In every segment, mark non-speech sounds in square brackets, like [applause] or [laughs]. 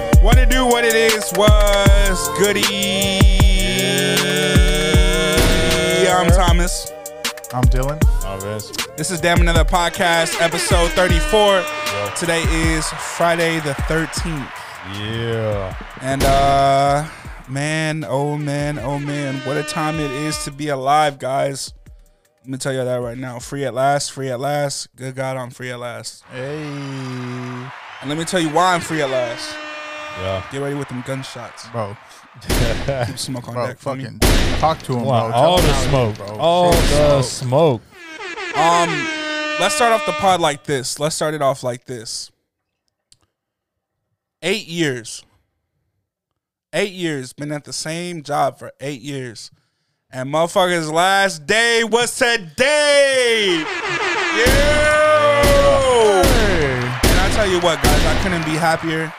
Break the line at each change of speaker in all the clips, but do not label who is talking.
to what it is was goody. I'm Thomas.
I'm Dylan.
This is Damn Another Podcast, episode 34. Today is Friday the 13th.
Yeah.
And uh man, oh man, oh man, what a time it is to be alive, guys. Let me tell you that right now. Free at last, free at last. Good God, I'm free at last.
Hey.
And let me tell you why I'm free at last.
Yeah.
Get ready with them gunshots.
Bro,
Keep smoke on
bro,
deck for me.
fucking talk to him, bro.
Wow,
Tell
all
him
the
how it
smoke.
is, bro.
All
Shit.
the smoke.
Um, let's start off the pod like this. Let's start it off like this. Eight years. Eight years. Been at the same job for eight years. And motherfuckers' last day was today. Yeah.
Hey.
And I tell you what, guys, I couldn't be happier.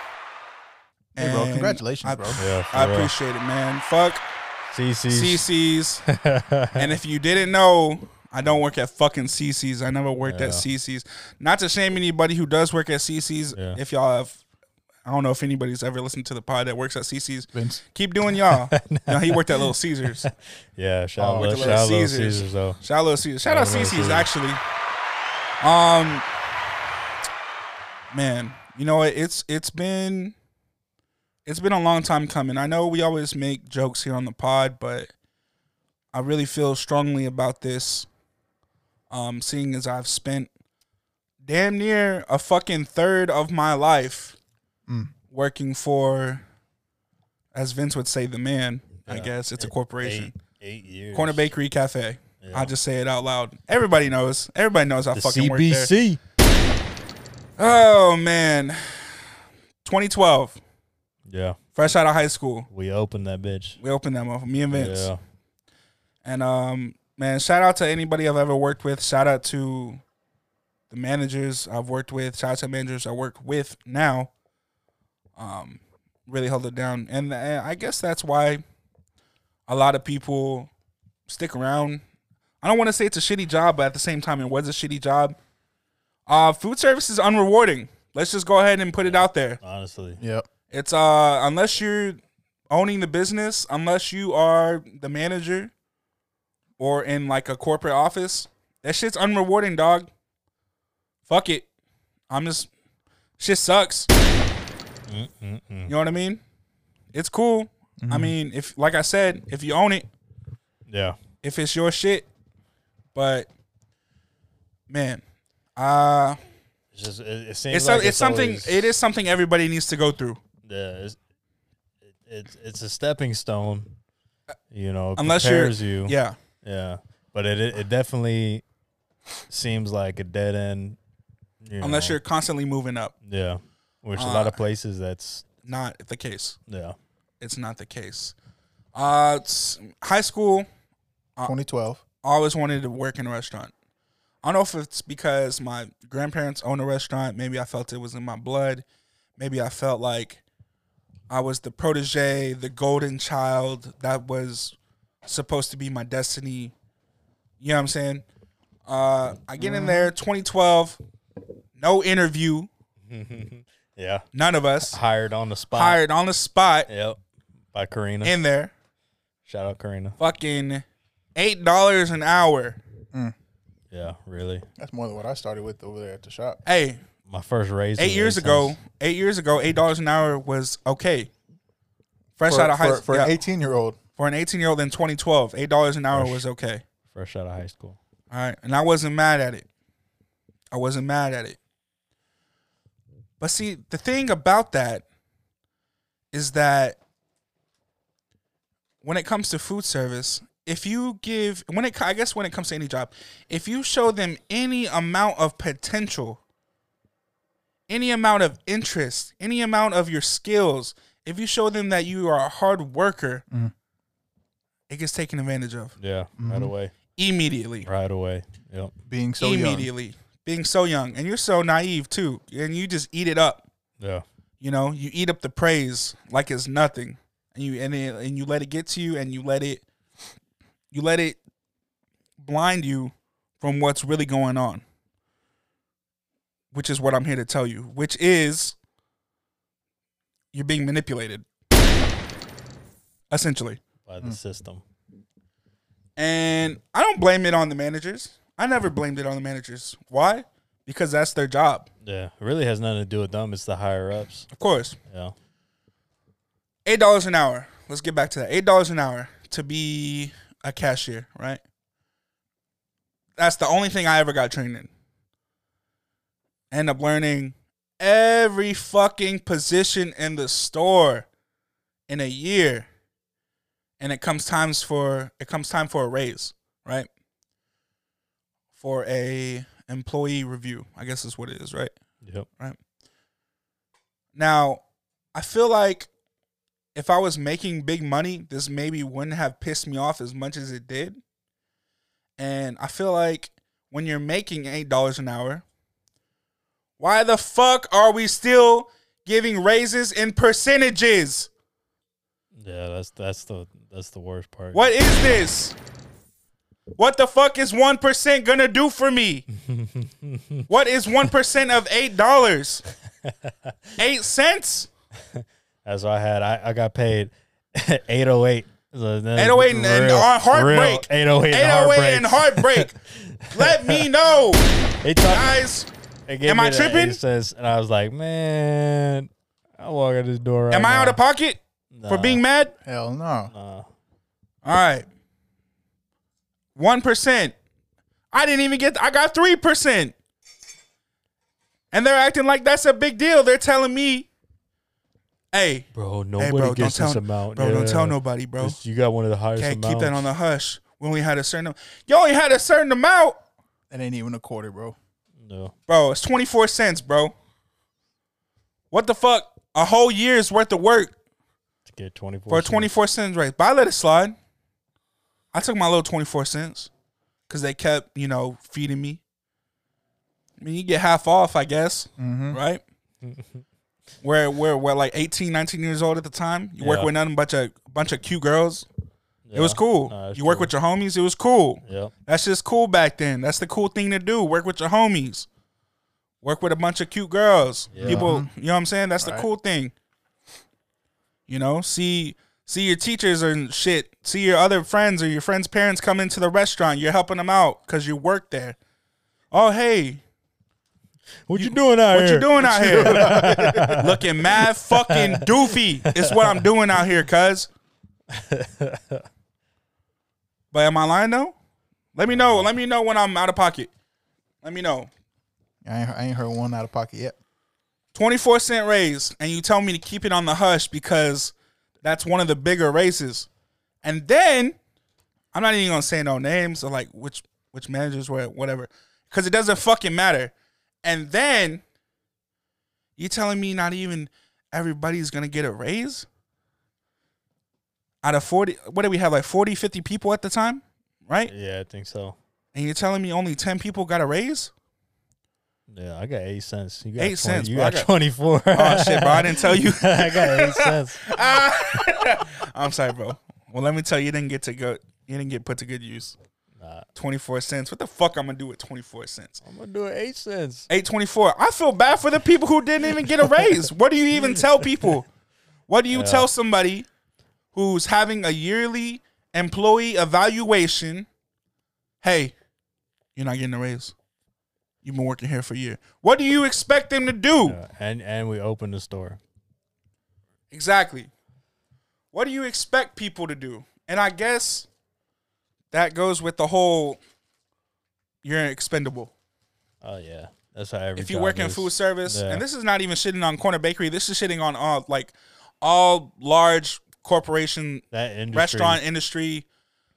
Hey, bro,
And
congratulations,
I-
bro.
Yeah, for
I
real.
appreciate it, man. Fuck
CC.
CC's. and if you didn't know, I don't work at fucking CC's. I never worked at CC's. Not to shame anybody who does work at CC's.
Yeah.
If y'all have, I don't know if anybody's ever listened to the pod that works at CC's.
Vince.
Keep doing y'all. no, he worked at Little Caesars.
Yeah, shout
Oh,
out
with
Little
the
shout
Little
out Little
Caesars.
Caesars. though.
Shout out Little Caesars. Shout out
Little
CC's
Caesars.
actually. Um, man, you know what? It's it's been it's been a long time coming. I know we always make jokes here on the pod, but I really feel strongly about this. Um, seeing as I've spent damn near a fucking third of my life
Mm.
working for, as Vince would say, the man. I guess it's a corporation.
Eight years.
Corner Bakery Cafe.
Yeah.
I'll just say it out loud. Everybody knows. Everybody knows I
The
fucking work there.
CBC.
Oh man. 2012,
Yeah,
fresh out of high school.
we opened that bitch.
We opened that motherfucker, me and Vince.
Yeah.
And um man, shout out to anybody I've ever worked with. Shout out to the managers I've worked with, shout out to managers I work with now. Um really held it down. And uh, I guess that's why a lot of people stick around. I don't want to say it's a shitty job, but at the same time it was a shitty job. Uh food service is unrewarding. Let's just go ahead and put it out there.
Honestly.
Yep.
It's uh unless you're owning the business, unless you are the manager or in like a corporate office, that shit's unrewarding, dog. Fuck it. I'm just shit sucks. You
Mm-mm-mm. Mm-hmm.
know what I mean? It's cool. I mean, if like I said, if you own it,
Yeah.
if it's your shit, but man, uh
It's just it, it seems
it's
like
it's, something
always-
it is something everybody needs to go through.
Yeah, it's, it, it's it's a stepping stone. You know, it
Unless you're-
prepares you.
Yeah.
Yeah, but it it it definitely seems like a dead end. you
Unless
know.
you're constantly moving up.
yeah, which
Uh,
a lot of places that's
Not the case.
yeah
it's not the case. Uh, it's- high school,
2012.
I always wanted to work in a restaurant. I don't know if it's because my grandparents own a restaurant. Maybe I felt it was in my blood. Maybe I felt like I was the protege, the golden child that was supposed to be my destiny. You know what I'm saying? Uh, I get in there, 2012, no interview,
yeah
none of us.
hired on the spot.
Hired on the spot
Yep. By Karina.
in there.
Shout out Karina.
fucking eight dollars an hour.
Yeah, really.
That's more than what I started with over there at the shop.
Hey,
My first raise.
eight
was
years ago,
cents.
eight years ago, eight dollars an hour was okay. Fresh
for,
out of high
for,
school
for an 18 year old.
for an eighteen year old in twenty twelve, eight dollars an hour was okay.
Fresh out of high school.
All right, and I wasn't mad at it. I wasn't mad at it. But see, the thing about that is that when it comes to food service, if you give when it co- I guess when it comes to any job, if you show them any amount of potential, any amount of interest, any amount of your skills, if you show them that you are a hard worker, it gets taken advantage of
Yeah, right away.
immediately
Right away. Yep.
Being so young.
immediately being so young and you're so naive too and you just eat it up
Yeah.
you know you eat up the praise like it's nothing and you and, it, and you let it get to you and you let it you let it blind you from what's really going on which is what i'm here to tell you which is you're being manipulated, essentially.
by the system.
And I don't blame it on the managers. I never blamed it on the managers. Why? Because that's their job,
Yeah, it really has nothing to do with them. It's the higher ups.
of course.
Yeah,
eight dollars an hour. Let's get back to that. Eight dollars an hour to be a cashier, right? That's the only thing I ever got trained in. End up learning every fucking position in the store in a year. And it comes times for it comes time for a raise, right? For a employee review, I guess is what it is, right?
yep.
Now, I feel like if I was making big money, this maybe wouldn't have pissed me off as much as it did. And I feel like when you're making $8 an hour, why the fuck are we still giving raises in percentages?
Yeah, that's that's the that's the worst part.
What is this? What the fuck is 1% gonna do for me? what is 1% of $8? 8 cents?
That's what I had. I, I got paid [laughs] eight oh eight.
808 and- and on heartbreak.
Eight oh eight.
808 and heartbreak.
[laughs]
Let me know,
They talk,
guys.
they gave
am
me
I
the
tripping?
eight cents, and I was like, man, I walk out this door right
Am I out of pocket
now. Uh,
for
Nah,
being mad?
Hell no.
nah.
All right. 1%. I didn't even get, I got 3%. And they're acting like that's a big deal. They're telling me, hey,
bro?
hey,
Nobody
bro, don't
gets
tell,
this amount.
bro, don't
Yeah.
tell nobody, bro.
This- You got one of the highest.
Okay,
amounts.
keep that on the hush. We only had a certain, you only had a certain amount.
That ain't even a quarter, bro.
No,
Bro, it's 24 cents, bro. What the fuck? A whole year's worth of work
to get twenty four
for a 24 cents raise. But I let it slide. I took my little 24 cents because they kept, you know, feeding me. I mean, you get half off, I guess,
Mm-hmm.
right? Where we're, we're like 18, 19 years old at the time. You work
Yeah.
with nothing but a bunch of cute girls. It was cool.
Nah,
you
that's
work
true.
with your homies. It was cool.
Yep.
That's just cool back then. That's the cool thing to do. Work with your homies. Work with a bunch of cute girls.
Yeah.
People, you know what I'm saying? That's the
Right.
cool thing. You know, see see your teachers and shit. See your other friends or your friends' parents come into the restaurant. You're helping them out because you work there. Oh hey,
What you, doing out
what
here?
you doing out here? [laughs] Looking mad fucking doofy is what I'm doing out here, cuz. But am I lying though? Let me know. Let me know when I'm out of pocket. Let me know.
I ain't, I ain't heard one out of pocket yet.
24 cent raise, and you tell me to keep it on the hush because that's one of the bigger races. And then I'm not even gonna say no names or like which which managers were at, whatever, because it doesn't fucking matter. And then you telling me not even everybody's gonna get a raise out of 40 what did we have like 40 50 people at the time right
Yeah, I think so.
and you're telling me only 10 people got a raise
Yeah, I got eight cents. You got
Eight cents,
You
bro. I
got,
got-
twenty four.
oh shit bro i didn't tell you
[laughs] I
[laughs]
got eight cents.
I'm sorry, bro. Well, let me tell you, you didn't get to go. You didn't get put to good use.
Nah,
Twenty four cents. What the fuck? I'm gonna do with twenty four cents?
I'm gonna do it eight cents.
Eight twenty four. I feel bad for the people who didn't even get a raise. What do you
[laughs]
even tell people? What do you tell somebody who's having a yearly employee evaluation? Hey, you're not getting a raise. You've been working here for a year. What do you expect them to do?
Yeah, and and we opened the store.
Exactly. What do you expect people to do? And I guess that goes with the whole you're expendable.
Oh yeah, that's how every.
If you
job
work in
is.
food service,
Yeah.
and this is not even shitting on corner bakery, this is shitting on all like all large corporation
that industry,
restaurant industry.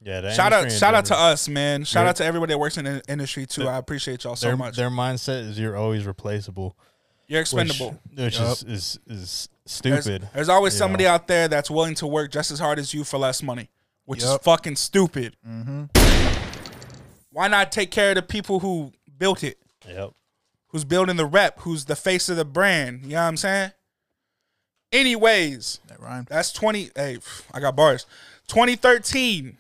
Yeah, that
Shout out
industry in
shout out to
general.
us, man. Shout
They're-
out to everybody that works in the industry too. I appreciate y'all so
Their,
much.
their mindset is you're always replaceable,
You're
which-
expendable.
which, is, is is
There's,
stupid.
there's always
you
somebody
know.
out there that's willing to work just as hard as you for less money, which is
Yup.
fucking stupid. Why not take care of the people who built it,
Yep.
who's building the rep, who's the face of the brand? You know what I'm saying? Anyways,
That
[laughs]
rhymed.
that's 20. Hey, pff, I got bars. 2013,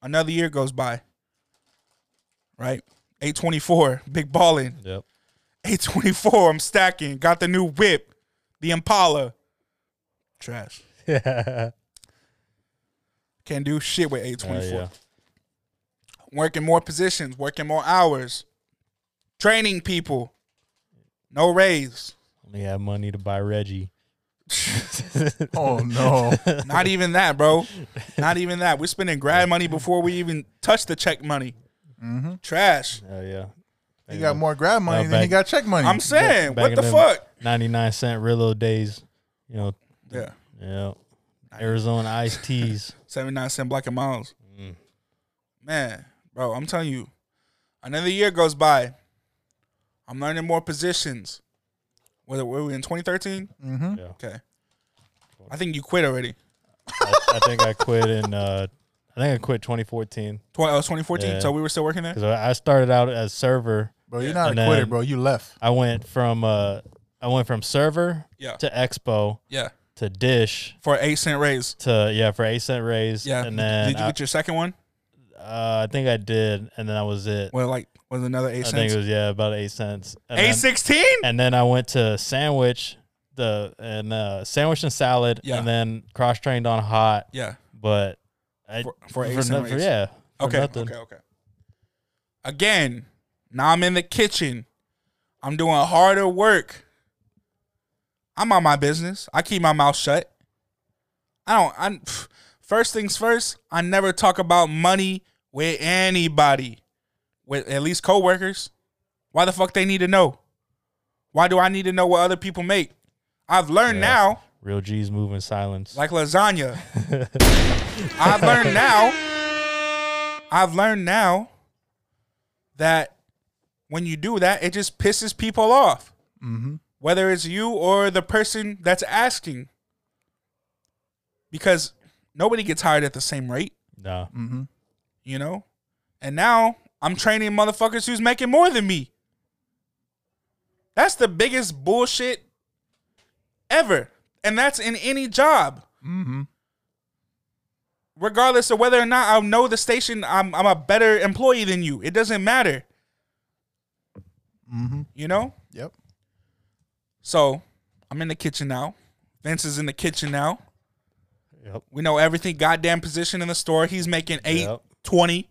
another year goes by. Right? 824, big balling.
Yep.
824, I'm stacking. Got the new whip, the Impala. Trash.
yeah.
Can't do shit with eight twenty four.
yeah.
Working more positions, working more hours, training people. No raise.
Only have money to buy Reggie.
Oh [laughs] no.
[laughs]
Not even that, bro. Not even that. We're spending grad money before we even touch the check money.
mm-hmm.
Trash.
Hell yeah.
He got more grab money
No,
than he
back-
got check money.
I'm saying,
back
what
in
the
them-
fuck?
99 cent Rillo days. You know,
Yeah.
yeah. Arizona
[laughs]
iced teas.
79 cent black and miles.
Mm.
Man, bro, I'm telling you, another year goes by. I'm learning more positions. Whether were we in 2013?
mm-hmm.
Yeah.
Okay. I think you quit already.
I, I think I quit in uh I think I quit 2014
Tw- oh, it was 2014.
Yeah.
So we were still working there?
cuz I I started out as server.
Bro, you're not
And
a quitter,
then-
bro. You left.
I went from uh I went from server
Yeah.
to expo
Yeah.
to dish
For an eight cent raise.
to yeah for 8 cent raise
Yeah.
and then
Did you
I,
get your second one?
uh, I think I did and then I was it.
Well, like, was another eight
I
cents?
think it was yeah about 8 cents. And then-
816?
and then I went to sandwich the and uh sandwich and salad
Yeah.
and then cross trained on hot
Yeah.
but I,
For, for eight
for
cent
no- for-
raise.
yeah for
Okay.
nothing.
Okay. Okay. Again, now I'm in the kitchen. I'm doing harder work. I'm on my business. I keep my mouth shut. I don't. I [sighs] pff, first things first. I never talk about money with anybody, with at least coworkers. Why the fuck they need to know? Why do I need to know what other people make? I've learned
Yeah.
now
real G's move in silence
like lasagna. I've learned now. I've learned now that when you do that, it just pisses people off,
Mm-hmm.
whether it's you or the person that's asking, because nobody gets hired at the same rate,
no
mm.
Mm-hmm.
you know. And now I'm training motherfuckers who's making more than me. That's the biggest bullshit ever, and that's in any job.
Mm-hmm.
regardless of whether or not I know the station, I'm I'm a better employee than you. It doesn't matter,
Mm-hmm.
you know.
Yep.
So I'm in the kitchen now. Vince is in the kitchen now.
yep
We know everything. Goddamn position in the store. He's making eight,
Yep.
twenty,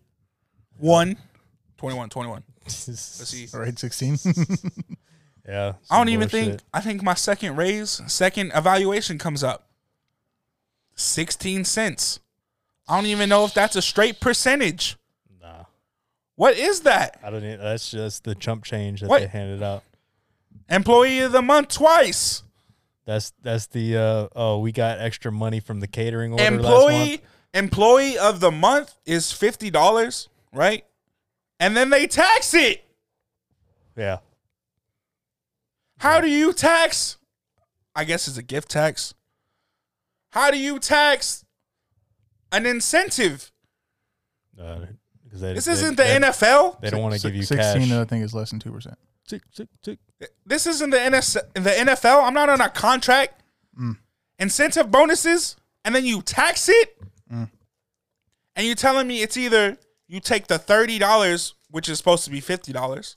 one, twenty-one, twenty-one. 21, 21. Let's see.
All right, sixteen.
yeah
I
some
don't even think.
bullshit.
I think my second raise, second evaluation comes up. Sixteen cents. I don't even know if that's a straight percentage.
nah
What is that?
I don't even, that's just the chump change that
What?
they handed out
Employee of the month twice.
that's that's the uh oh we got extra money from the catering order last month
employee employee of the month is fifty dollars, right? And then they tax it.
yeah
How do you tax? I guess it's a gift tax. How do you tax an incentive?
uh, 'cause they,
This
they-
isn't the
they,
NFL.
they don't want to give you
sixteen. uh,
cash
I think is less than two percent.
tick, tick, tick.
This isn't the NS- the NFL. I'm not on a contract. Incentive bonuses, and then you tax it, and you're telling me it's either you take the thirty dollars, which is supposed to be fifty dollars,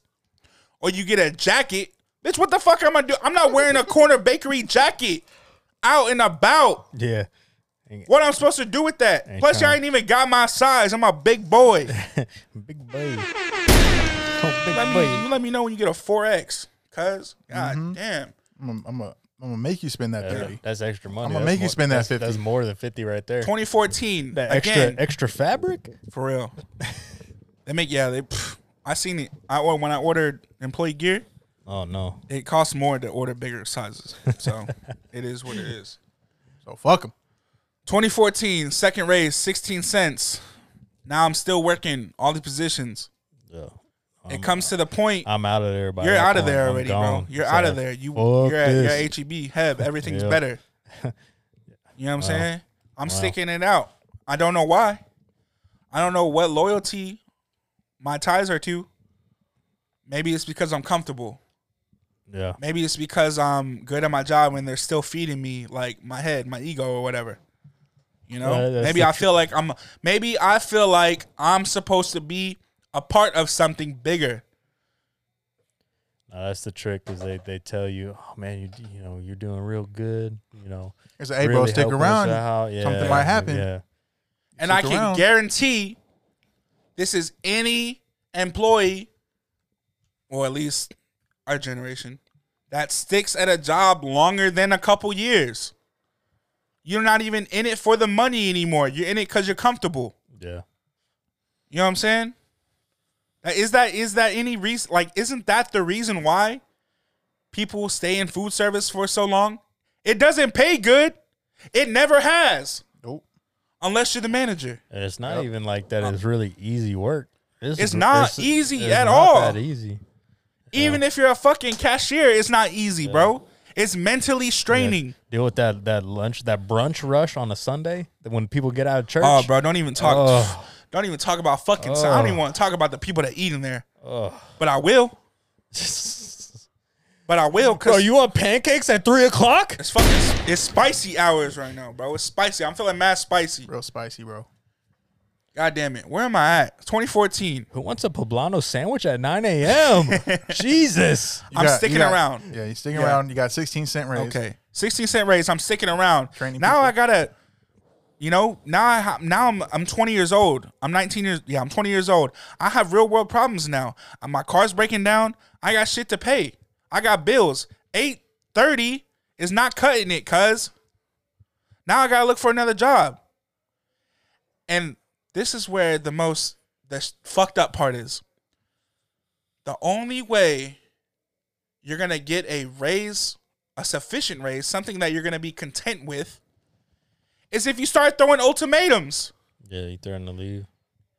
or you get a jacket. Bitch, what the fuck am I do? I'm not wearing a corner bakery jacket out and about.
yeah
What I'm supposed to do with that?
Ain't
Plus, y'all
time.
ain't even got my size. I'm a big
[laughs]
boy.
Big boy. Oh, big
Let me, you let me know when you get a four X, cause god damn.
I'm gonna I'm gonna I'm gonna make you spend that thirty.
that's extra money.
I'ma
That's
make you
more-
spend that
that's-
50.
That's more than 50 right there.
2014
That extra
again.
extra fabric?
For real. [laughs] they make yeah, they pff, I seen it. I or- when I ordered employee gear,
Oh no.
it costs more to order bigger sizes. So it is what it is.
So fuck him.
2014, second raise, 16 cents. Now I'm still working all the positions.
Yeah.
it comes to the point
I'm out of there by
you're
that
out of
point.
there
I'm
already,
gone.
bro. You're
So,
out of there. You
fuck
you're at, you're at
this.
HEB, Heb, everything's
Yeah. [laughs]
better. You know what I'm saying? I'm sticking it out. I don't know why. I don't know what loyalty my ties are to. Maybe it's because I'm comfortable.
Yeah.
Maybe it's because I'm good at my job and they're still feeding me like my head, my ego or whatever. You know?
Yeah, that's
maybe
the
I feel like I'm maybe I feel like I'm supposed to be a part of something bigger.
Now, that's the trick is they, they tell you, oh man, you you know you're doing real good. You know,
It's like, hey, bro,
really
stick
helping us
around.
out." Yeah,
Something might happen.
Yeah,
And
Stick
I can
around.
guarantee this is any employee, or at least our generation, that sticks at a job longer than a couple years. You're not even in it for the money anymore. You're in it because you're comfortable.
yeah.
You know what I'm saying? Uh, Is that is that any reason? Like, isn't that the reason why people stay in food service for so long? It doesn't pay good. It never has,
Nope.
unless you're the manager.
And it's not even like that. It's really easy work.
It's not easy at
not
all.
That easy.
Even if you're a fucking cashier, it's not easy, bro. It's mentally straining.
Deal with that that lunch that brunch rush on a Sunday that when people get out of church.
Oh, bro, don't even talk.
Ugh.
[sighs] Don't even talk about fucking. so- I don't even want to talk about the people that eat in there. But I will. But I will. Cause
Bro, you want pancakes at three o'clock?
it's fucking. It's spicy hours right now, bro. It's spicy. I'm feeling mad spicy.
Real spicy, bro.
God damn it. Where am I at? 2014.
Who wants a poblano sandwich at nine
[laughs]
a.m.? Jesus.
You
I'm
got- you
sticking
got-
around.
Yeah, you sticking
Yeah.
around. You got 16 cent raise.
Okay. 16 cent raise. I'm sticking around.
Training
now
people.
I gotta, you know, now I ha- now I'm I'm 20 years old. I'm 19 years. Yeah, I'm 20 years old. I have real world problems now. Uh, My car's breaking down. I got shit to pay. I got bills. 830 is not cutting it, cuz. Now I gotta look for another job. And this is where the most the s- fucked up part is. The only way you're gonna get a raise, a sufficient raise, something that you're gonna be content with, is if you start throwing ultimatums.
Yeah, you threatened to leave.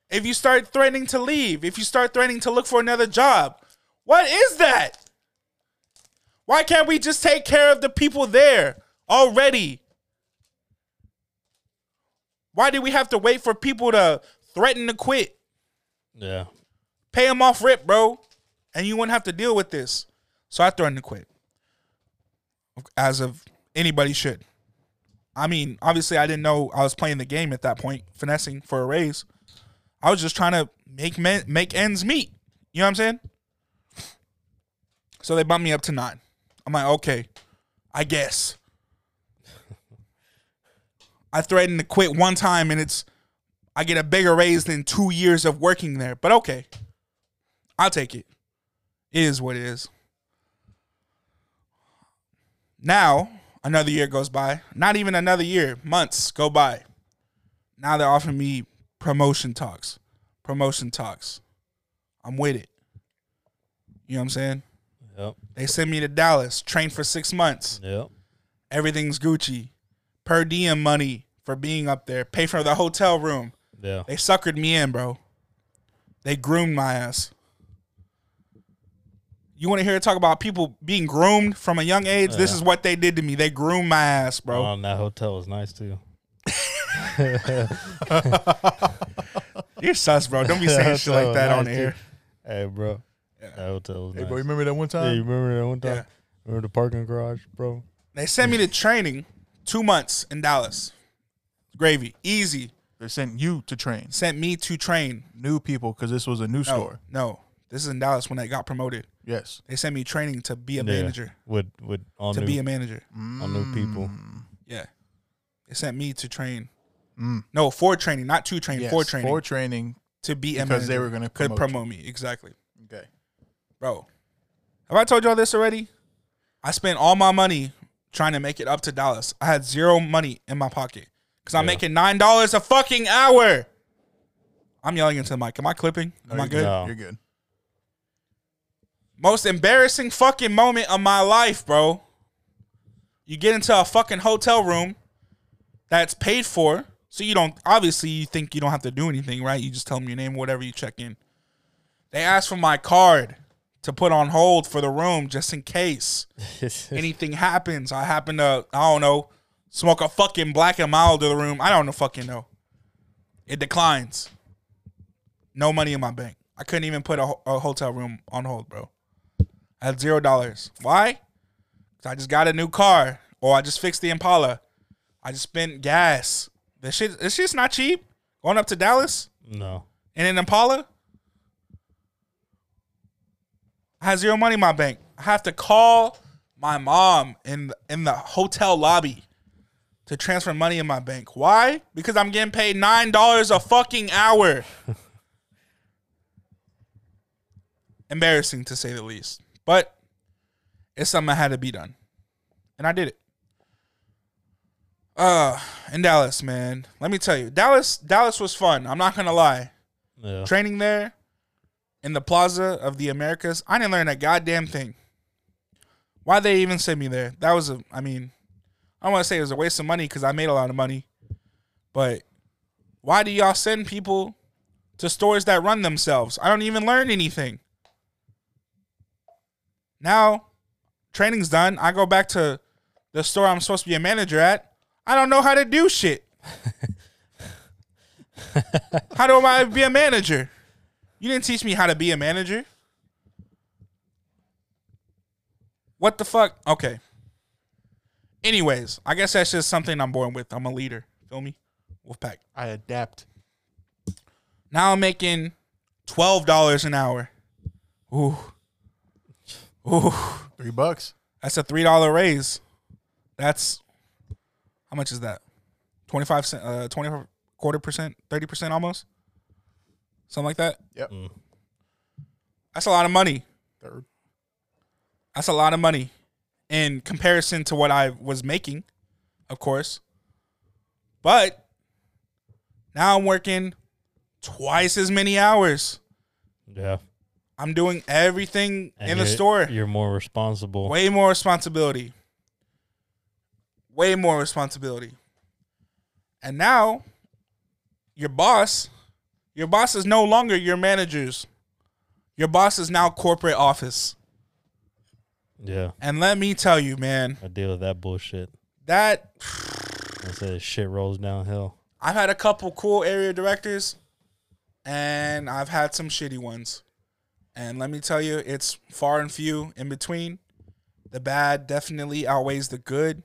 If you start threatening to leave, if you start threatening to look for another job, what is that? Why can't we just take care of the people there already? Why do we have to wait for people to threaten to quit?
Yeah.
Pay them off rip, bro, and you wouldn't have to deal with this. So I threatened to quit, as of anybody should. I mean, obviously, I didn't know I was playing the game at that point, finessing for a raise. I was just trying to make men, make ends meet. You know what I'm saying? So they bumped me up to nine. I'm like, okay, I guess. I threatened to quit one time, and it's I get a bigger raise than two years of working there. But okay, I'll take it. It is what it is. Now, another year goes by. Not even another year, months go by. Now they're offering me promotion talks. Promotion talks. I'm with it. You know what I'm saying?
Yep.
They send me to Dallas, train for six months.
Yep.
Everything's Gucci. Per diem money for being up there. Pay for the hotel room.
Yeah.
They suckered me in, bro. They groomed my ass. You want to hear it talk about people being groomed from a young age? This is what they did to me. They groomed my ass, bro.
Oh, and that hotel was nice
[laughs]
too.
You're sus, bro.
[laughs]
Don't be saying shit like that on
Nice,
air.
dude. Hey, bro. That hotel was
Hey,
nice.
bro, you remember that one
Yeah, you
time?
remember that one time?
Yeah.
Remember the parking garage, bro?
They sent me to training two months in Dallas. Gravy, easy.
They sent you to train
Sent me to train.
new people because this was a new
No,
store.
no. This is in Dallas when I got promoted.
Yes.
They sent me training to be a
Yeah. Mm.
manager.
With with all
To
new
be a manager.
all new people.
Yeah. They sent me to train. No, for training, not to train,
Yes,
for training.
For training.
to be
Because
manager.
they were gonna
could
promote
promote me exactly,
Okay.
bro. Have I told y'all this already? I spent all my money trying to make it up to Dallas. I had zero money in my pocket because I'm making nine dollars a fucking hour. I'm yelling into the mic. Am I clipping? Am I
you're
good?
No.
You're good.
Most embarrassing fucking moment of my life, bro. You get into a fucking hotel room that's paid for. So you don't obviously you think you don't have to do anything, right? You just tell them your name, whatever you check in. They asked for my card to put on hold for the room just in case [laughs] anything happens. I happen to, I don't know, smoke a fucking black and mild to the room. I don't know fucking know. It declines. No money in my bank. I couldn't even put a, ho- a hotel room on hold, bro. I had zero dollars. Why? 'Cause I just got a new car, or I just fixed the Impala. I just spent gas. This shit, this shit's not cheap. Going up to Dallas
[laughs] no.
in an Impala. I had zero money in my bank. I have to call my mom in in the hotel lobby to transfer money in my bank. Why? Because I'm getting paid nine dollars a fucking hour. Embarrassing to say the least, but it's something that had to be done, and I did it. Uh, in Dallas, man. Let me tell you, Dallas, Dallas was fun. I'm not gonna lie
Yeah.
training there in the plaza of the Americas, I didn't learn a goddamn thing. Why they even sent me there? That was a, I mean, I want to say it was a waste of money because I made a lot of money, but why do y'all send people to stores that run themselves? I don't even learn anything. Now, training's done. I go back to the store I'm supposed to be a manager at. I don't know how to do shit. How do I be a manager? You didn't teach me how to be a manager. What the fuck? Okay. Anyways, I guess that's just something I'm born with. I'm a leader. Feel me? Wolfpack.
I adapt.
Now I'm making twelve dollars an hour. Ooh. Ooh.
Three bucks.
That's a three dollar raise. That's how much is that? Twenty five cent, uh, twenty quarter percent, thirty percent almost, something like that.
Yep.
Mm.
That's a lot of money.
Third.
That's a lot of money in comparison to what I was making, of course. But now I'm working twice as many hours.
Yeah.
I'm doing everything
And
in the
you're-
store.
You're more responsible.
Way more responsibility. Way more responsibility. And now your boss, your boss is no longer your managers. Your boss is now corporate office.
Yeah.
And let me tell you, man,
I deal with that bullshit.
that
I said shit rolls downhill.
I've had a couple cool area directors and I've had some shitty ones. And let me tell you, it's far and few in between. The bad definitely outweighs the good.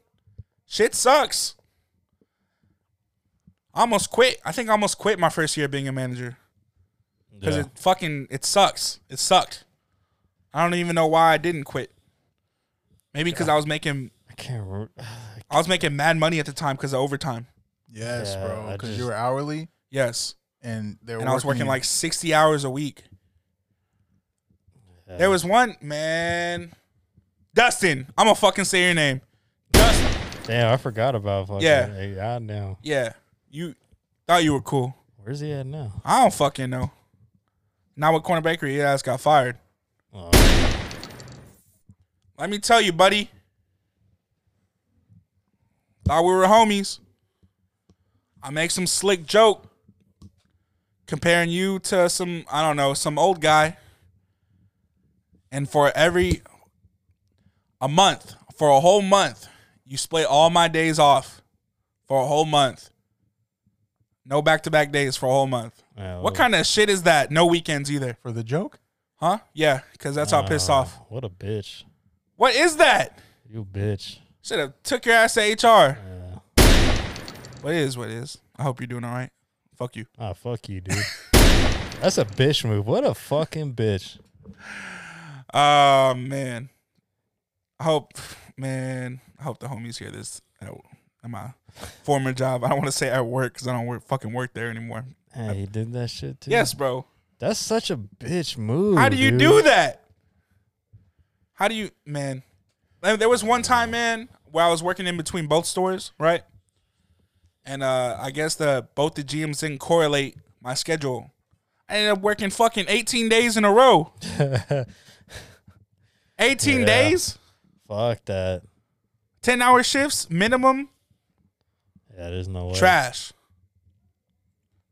Shit sucks. I almost quit. I think I almost quit my first year being a manager because
Yeah.
it fucking it sucks. It sucked. I don't even know why I didn't quit. Maybe because I was making
I can't remember.
I was making mad money at the time because of overtime.
Yes,
Yeah,
bro.
I
Because
just-
you were hourly
Yes,
and they were
and I was working
you-
like sixty hours a week.
Yeah.
There was one man, Dustin. I'm gonna fucking say your name, Dustin.
Damn, I forgot about fucking
Yeah.
AI now.
Yeah, you thought you were cool.
Where's he at now?
I don't fucking know. Not with Corner Bakery. Your ass got fired.
Oh,
Let me tell you, buddy. Thought we were homies. I make some slick joke comparing you to some, I don't know, some old guy. And for every a month, for a whole month, you split all my days off for a whole month. No back-to-back days for a whole month.
yeah,
What kind of shit is that? No weekends either.
for the joke.
Huh? Yeah, cuz that's how pissed
uh,
off.
What a bitch.
What is that?
You bitch. Uh,
Should have took your ass to HR.
Yeah.
What is what is? I hope you're doing all right. Fuck you.
Ah, fuck
[laughs]
you, dude. That's a bitch move. What a fucking bitch.
Oh man. I hope man. I hope the homies hear this at, at my former job. I don't want to say at work because I don't work fucking work there anymore.
Hey, he did that shit too.
Yes, bro.
That's such a bitch move.
How do you
dude.
do that? How do you, man? Like, There was one time, man, where I was working in between both stores, right? And uh I guess the both the GMs didn't correlate my schedule. I ended up working fucking 18 days in a
[laughs]
row. 18
Yeah.
days,
Fuck that.
10 hour shifts minimum.
Yeah, there's no way.
Trash.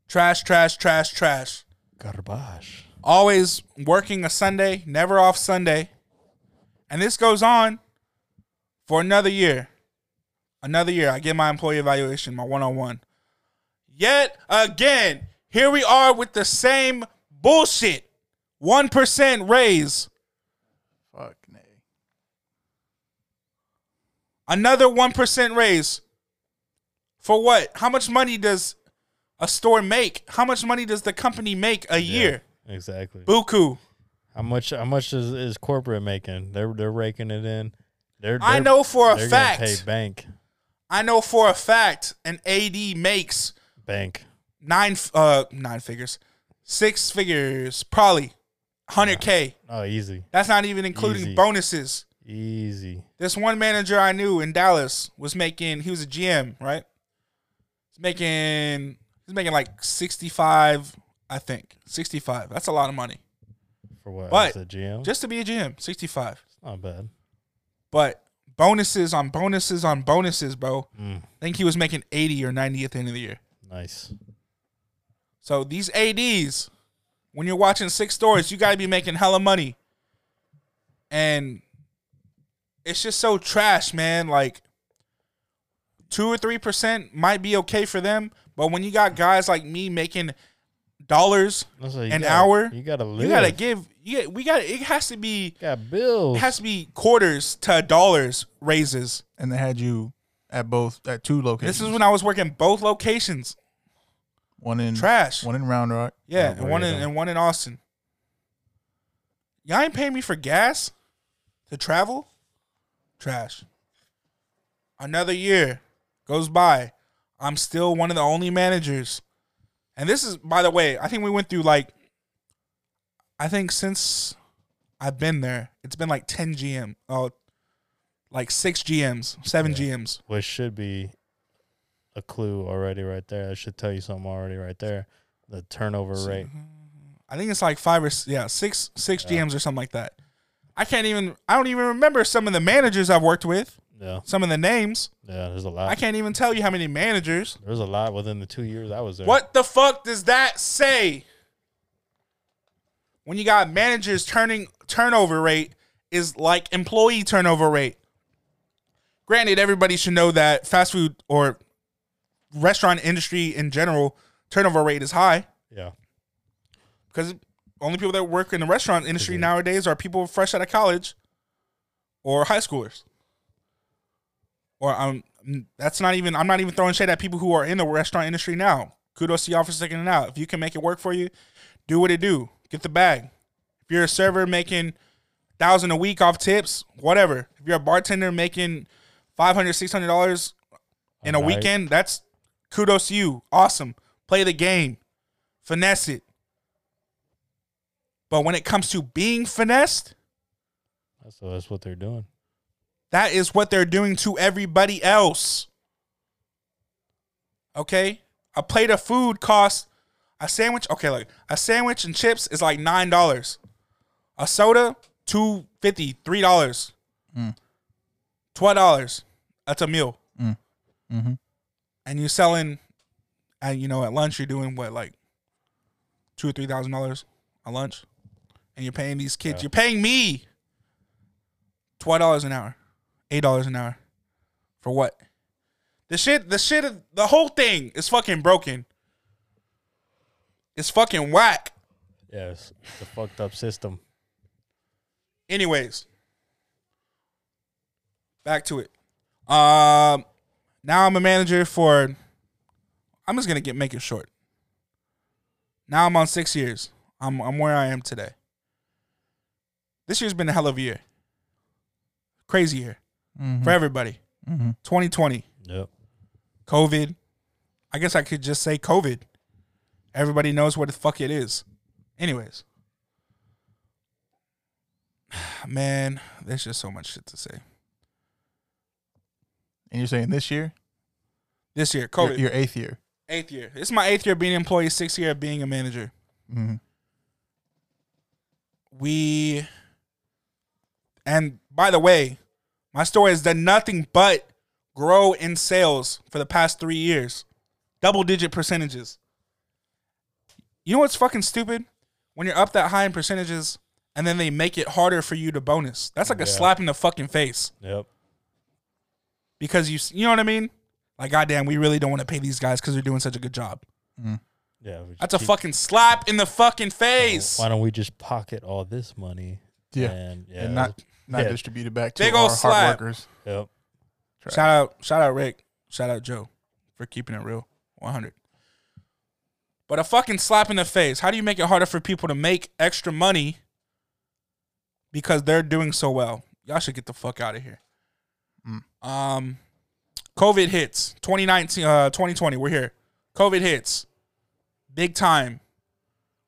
Trash, trash, trash, trash.
Garbage.
always working a Sunday, never off Sunday. And this goes on for another year. Another year. I get my employee evaluation, my one on one. Yet again, here we are with the same bullshit 1% raise,
Fuck nay.
another 1% raise. For what? How much money does a store make? How much money does the company make a
Yeah,
year?
exactly.
Buku.
How much? How much is, is corporate making? They're they're raking it in. They're,
I
they're-
know for a
they're gonna Pay
fact.
bank,
I know for a fact an AD makes
bank.
nine f- uh nine figures, six figures, probably hundred k.
Oh, easy,
That's not even including
Easy.
bonuses.
easy.
This one manager I knew in Dallas was making. He was a GM, right? He's making. He's making like sixty five. I think sixty five. That's a lot of money
For what?
But
As a GM,
just to be a GM. Sixty five.
not bad.
But bonuses on bonuses on bonuses, bro.
Mm,
I think he was making 80 or 90 at the end of the year.
nice.
So these ADs, when you're watching six stories, you got to be making hella money. And it's just so trash, man. Like, two or three percent might be okay for them. But when you got guys like me making dollars,
That's what you
An
gotta-
hour?
You gotta live.
you got to give, you, we got to, it has to be,
Got bills.
it has to be quarters to dollars raises.
And they had you at both at two locations.
This is when I was working both locations.
one in
Trash.
one in Round Rock.
Yeah,
Oh,
and one
word,
in
huh?
and one in Austin. Y'all ain't paying me for gas to travel. Trash. Another year goes by. I'm still one of the only managers. And this is, by the way, I think we went through like, I think since I've been there, it's been like 10 GM, oh, like six GMs, seven
Yeah.
GMs.
which should be a clue already right there. That should tell you something already right there. The turnover rate.
mm-hmm. I think it's like five or s- yeah, six six
Yeah.
GMs or something like that. I can't even. I don't even remember some of the managers I've worked with.
Yeah,
Some of the names.
yeah. There's a
I
lot.
can't even tell you how many managers.
There's a lot within the two years I was there.
What the fuck does that say? When you got managers turning turnover rate is like employee turnover rate. Granted, everybody should know that fast food or restaurant industry in general turnover rate is high.
Yeah,
because only people that work in the restaurant industry nowadays are people fresh out of college or high schoolers. Or um, that's not even. I'm not even throwing shade at people who are in the restaurant industry now. Kudos to y'all for sticking it out. If you can make it work for you, do what it do. Get the bag. If you're a server making thousand a week off tips, whatever. If you're a bartender making 500 600 dollars in a
All right.
weekend, that's kudos to you. Awesome. Play the game, finesse it. But when it comes to being finessed,
that's that's what they're doing.
that is what they're doing to everybody else. Okay? A plate of food costs a sandwich. Okay, like a sandwich and chips is like nine dollars. A soda, two fifty, three dollars.
Mm.
Twelve dollars. That's a meal.
Mm. Mhm.
And you're selling and you know, at lunch you're doing what, like two or three thousand dollars a lunch? And you're paying these kids,
Yeah.
you're paying me twelve dollars an hour eight dollars an hour for what? The shit, the shit, the whole thing is fucking broken. It's fucking whack.
Yeah, it's the fucked up system.
Anyways, back to it. Um, now I'm a manager for. I'm just gonna get make it short. Now I'm on six years. I'm I'm where I am today. This year's been a hell of a year. Crazy year for everybody.
Mhm.
2020.
Yep.
COVID. I guess I could just say COVID. Everybody knows what the fuck it is. Anyways. [sighs] Man, there's just so much shit to say.
And you're saying this year,
This year, COVID,
your, your eighth year.
eighth year. This is my eighth year being an employee, sixth year of being a manager.
Mm-hmm.
We, and by the way, my store has done nothing but grow in sales for the past three years, double digit percentages. You know what's fucking stupid? When you're up that high in percentages and then they make it harder for you to bonus. That's like a
Yeah.
slap in the fucking face
Yep.
because you s- you know what I mean? Like goddamn, we really don't want to pay these guys cuz they're doing such a good job.
Yeah. we just
That's a
keep-
fucking slap in the fucking face.
Why don't we just pocket all this money?
Yeah.
And, yeah,
and not not
yeah.
distributed back to
Big
our
ol' slap.
hard workers.
Yep.
Right.
Shout out, shout out Rick, shout out Joe for keeping it real, 100. But a fucking slap in the face. How do you make it harder for people to make extra money because they're doing so well. Y'all should get the fuck out of here.
Mm.
Um, COVID hits 2019, uh, 2020. We're here. COVID hits big time.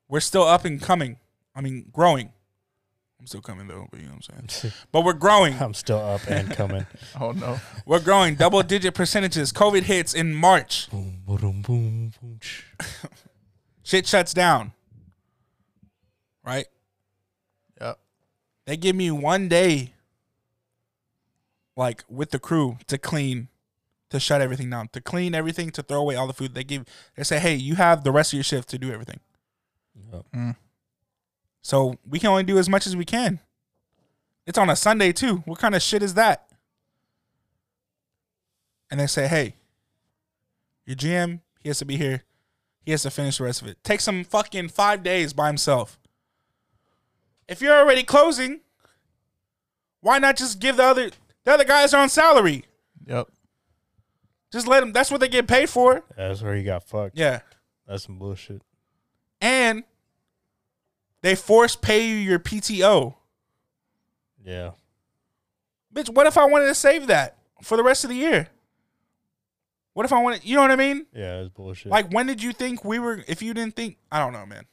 We're still up and coming. I mean, growing. I'm still coming though, but you know what I'm saying. But we're growing.
I'm still up
[laughs]
and coming.
Oh no.
We're growing double digit percentages. COVID hits in March.
boom, boom, boom, boom. sh-
Shit shuts down. Right?
Yep.
They give me one day, like with the crew, to clean, to shut everything down, to clean everything, to throw away all the food. They give, they say, hey, you have the rest of your shift to do everything. Mm.
Yep.
So we can only do as much as we can. It's on a Sunday too. What kind of shit is that? And they say, hey, your GM, he has to be here. He has to finish the rest of it. Takes him fucking five days by himself. If you're already closing, why not just give the other the other guys are on salary?
Yep.
Just let them. That's what they get paid for.
That's where he got fucked.
Yeah.
That's some bullshit.
And they force pay you your PTO.
Yeah.
bitch, what if I wanted to save that for the rest of the year? What if I wanted, you know what I mean?
Yeah, that's bullshit.
Like, when did you think we were, if you didn't think, I don't know, man.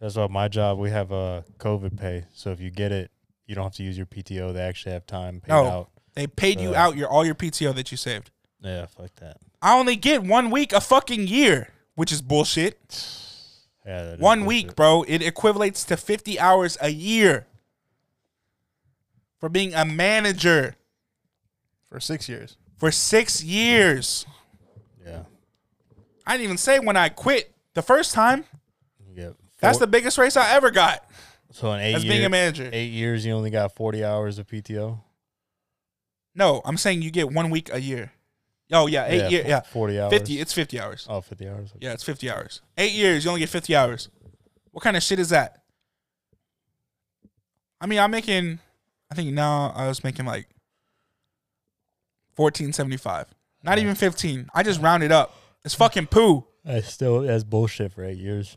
That's why my job we have a COVID pay. So if you get it, you don't have to use your PTO. They actually have time paid
No.
out.
They paid you
Uh.
out your all your PTO that you saved.
Yeah, fuck that.
I only get one week a fucking year, which is bullshit.
Yeah, that is
One week,
bullshit.
bro. It equivalates to 50 hours a year for being a manager
For six years.
for six years.
Yeah,
I didn't even say when I quit the first time.
you get
That's
four-
the biggest race I ever got
so in eight
as being a
years.
manager.
Eight years, you only got forty hours of PTO.
No, I'm saying you get one week a year. Oh yeah, eight year,
fo-
yeah,
forty hours.
fifty. It's fifty hours.
oh, 50 hours.
Yeah, it's fifty hours. Eight years, you only get fifty hours. What kind of shit is that? I mean, I'm making. I think now I was making like fourteen seventy five. Not even fifteen. I just rounded up. It's fucking poo,
That's still that's bullshit for eight years.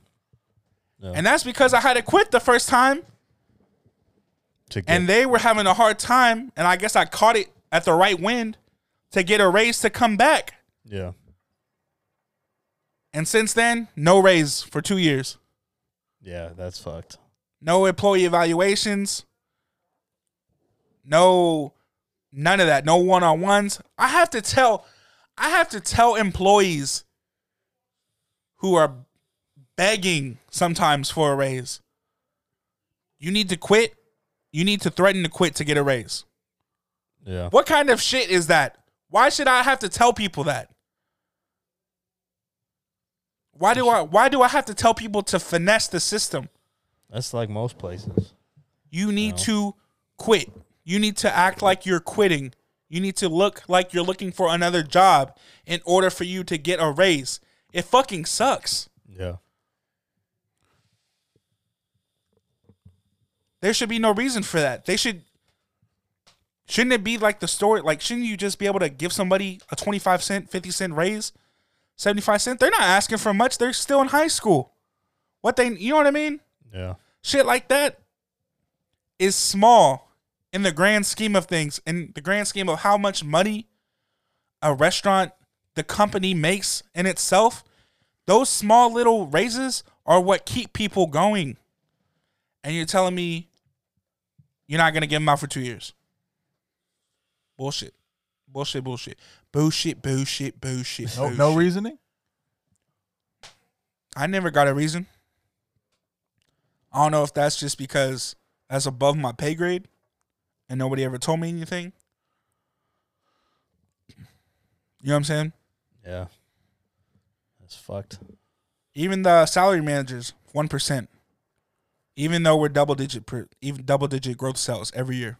No,
and that's because I had to quit the first time,
to get,
and they were having a hard time, and I guess I caught it at the right wind to get a raise to come back.
yeah,
And since then, no raise for two years.
yeah, that's fucked.
no employee evaluations, no none of that, no one on ones. I have to tell I have to tell employees who are begging sometimes for a raise. You need to quit. You need to threaten to quit to get a raise.
Yeah,
What kind of shit is that? Why should I have to tell people that? Why do I why do I have to tell people to finesse the system?
that's like most places.
You need
No.
to quit. You need to act like you're quitting. You need to look like you're looking for another job in order for you to get a raise. It fucking sucks.
Yeah,
There should be no reason for that. They should shouldn't it be like the story like shouldn't you just be able to give somebody a 25 cent, 50 cent raise? 75 cent? They're not asking for much. They're still in high school. What they you know what I mean?
yeah,
shit like that is small in the grand scheme of things in the grand scheme of how much money a restaurant the company makes in itself those small little raises are what keep people going and you're telling me you're not going to give them out for two years bullshit bullshit bullshit bullshit bullshit bullshit
No,
bullshit.
no reasoning.
I never got a reason. I don't know if that's just because that's above my pay grade and nobody ever told me anything. You know what I'm saying?
yeah. That's fucked. [laughs]
Even the salary managers, 1%. Even though we're double digit per, even double digit growth sales every year.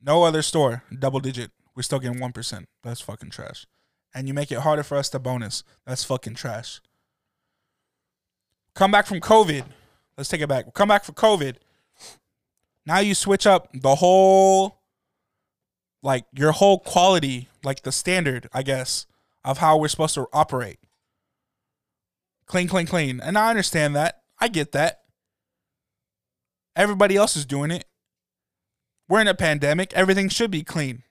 No other store double digit. We're still getting 1%. That's fucking trash. And you make it harder for us to bonus. That's fucking trash. Come back from COVID. Let's take it back. Come back for COVID. Now you switch up the whole like your whole quality, like the standard, I guess, of how we're supposed to operate clean, clean, clean. And I understand that. I get that. Everybody else is doing it. We're in a pandemic. Everything should be clean.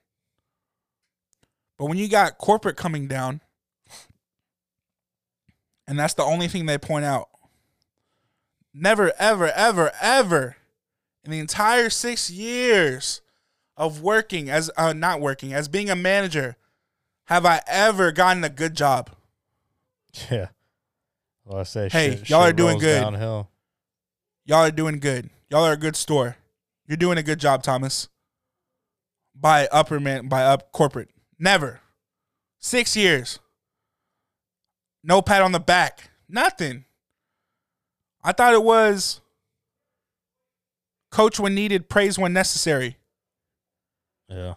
But when you got corporate coming down, and that's the only thing they point out, never, ever, ever, ever in the entire six years of working as uh, not working as being a manager have i ever gotten a good job
Yeah. Well, I say,
Hey,
shit-
y'all
shit
are doing
rolls
good.
Downhill.
y'all are doing good y'all are a good store you're doing a good job thomas by upper man by up corporate never six years no pat on the back nothing i thought it was coach when needed praise when necessary
Yeah.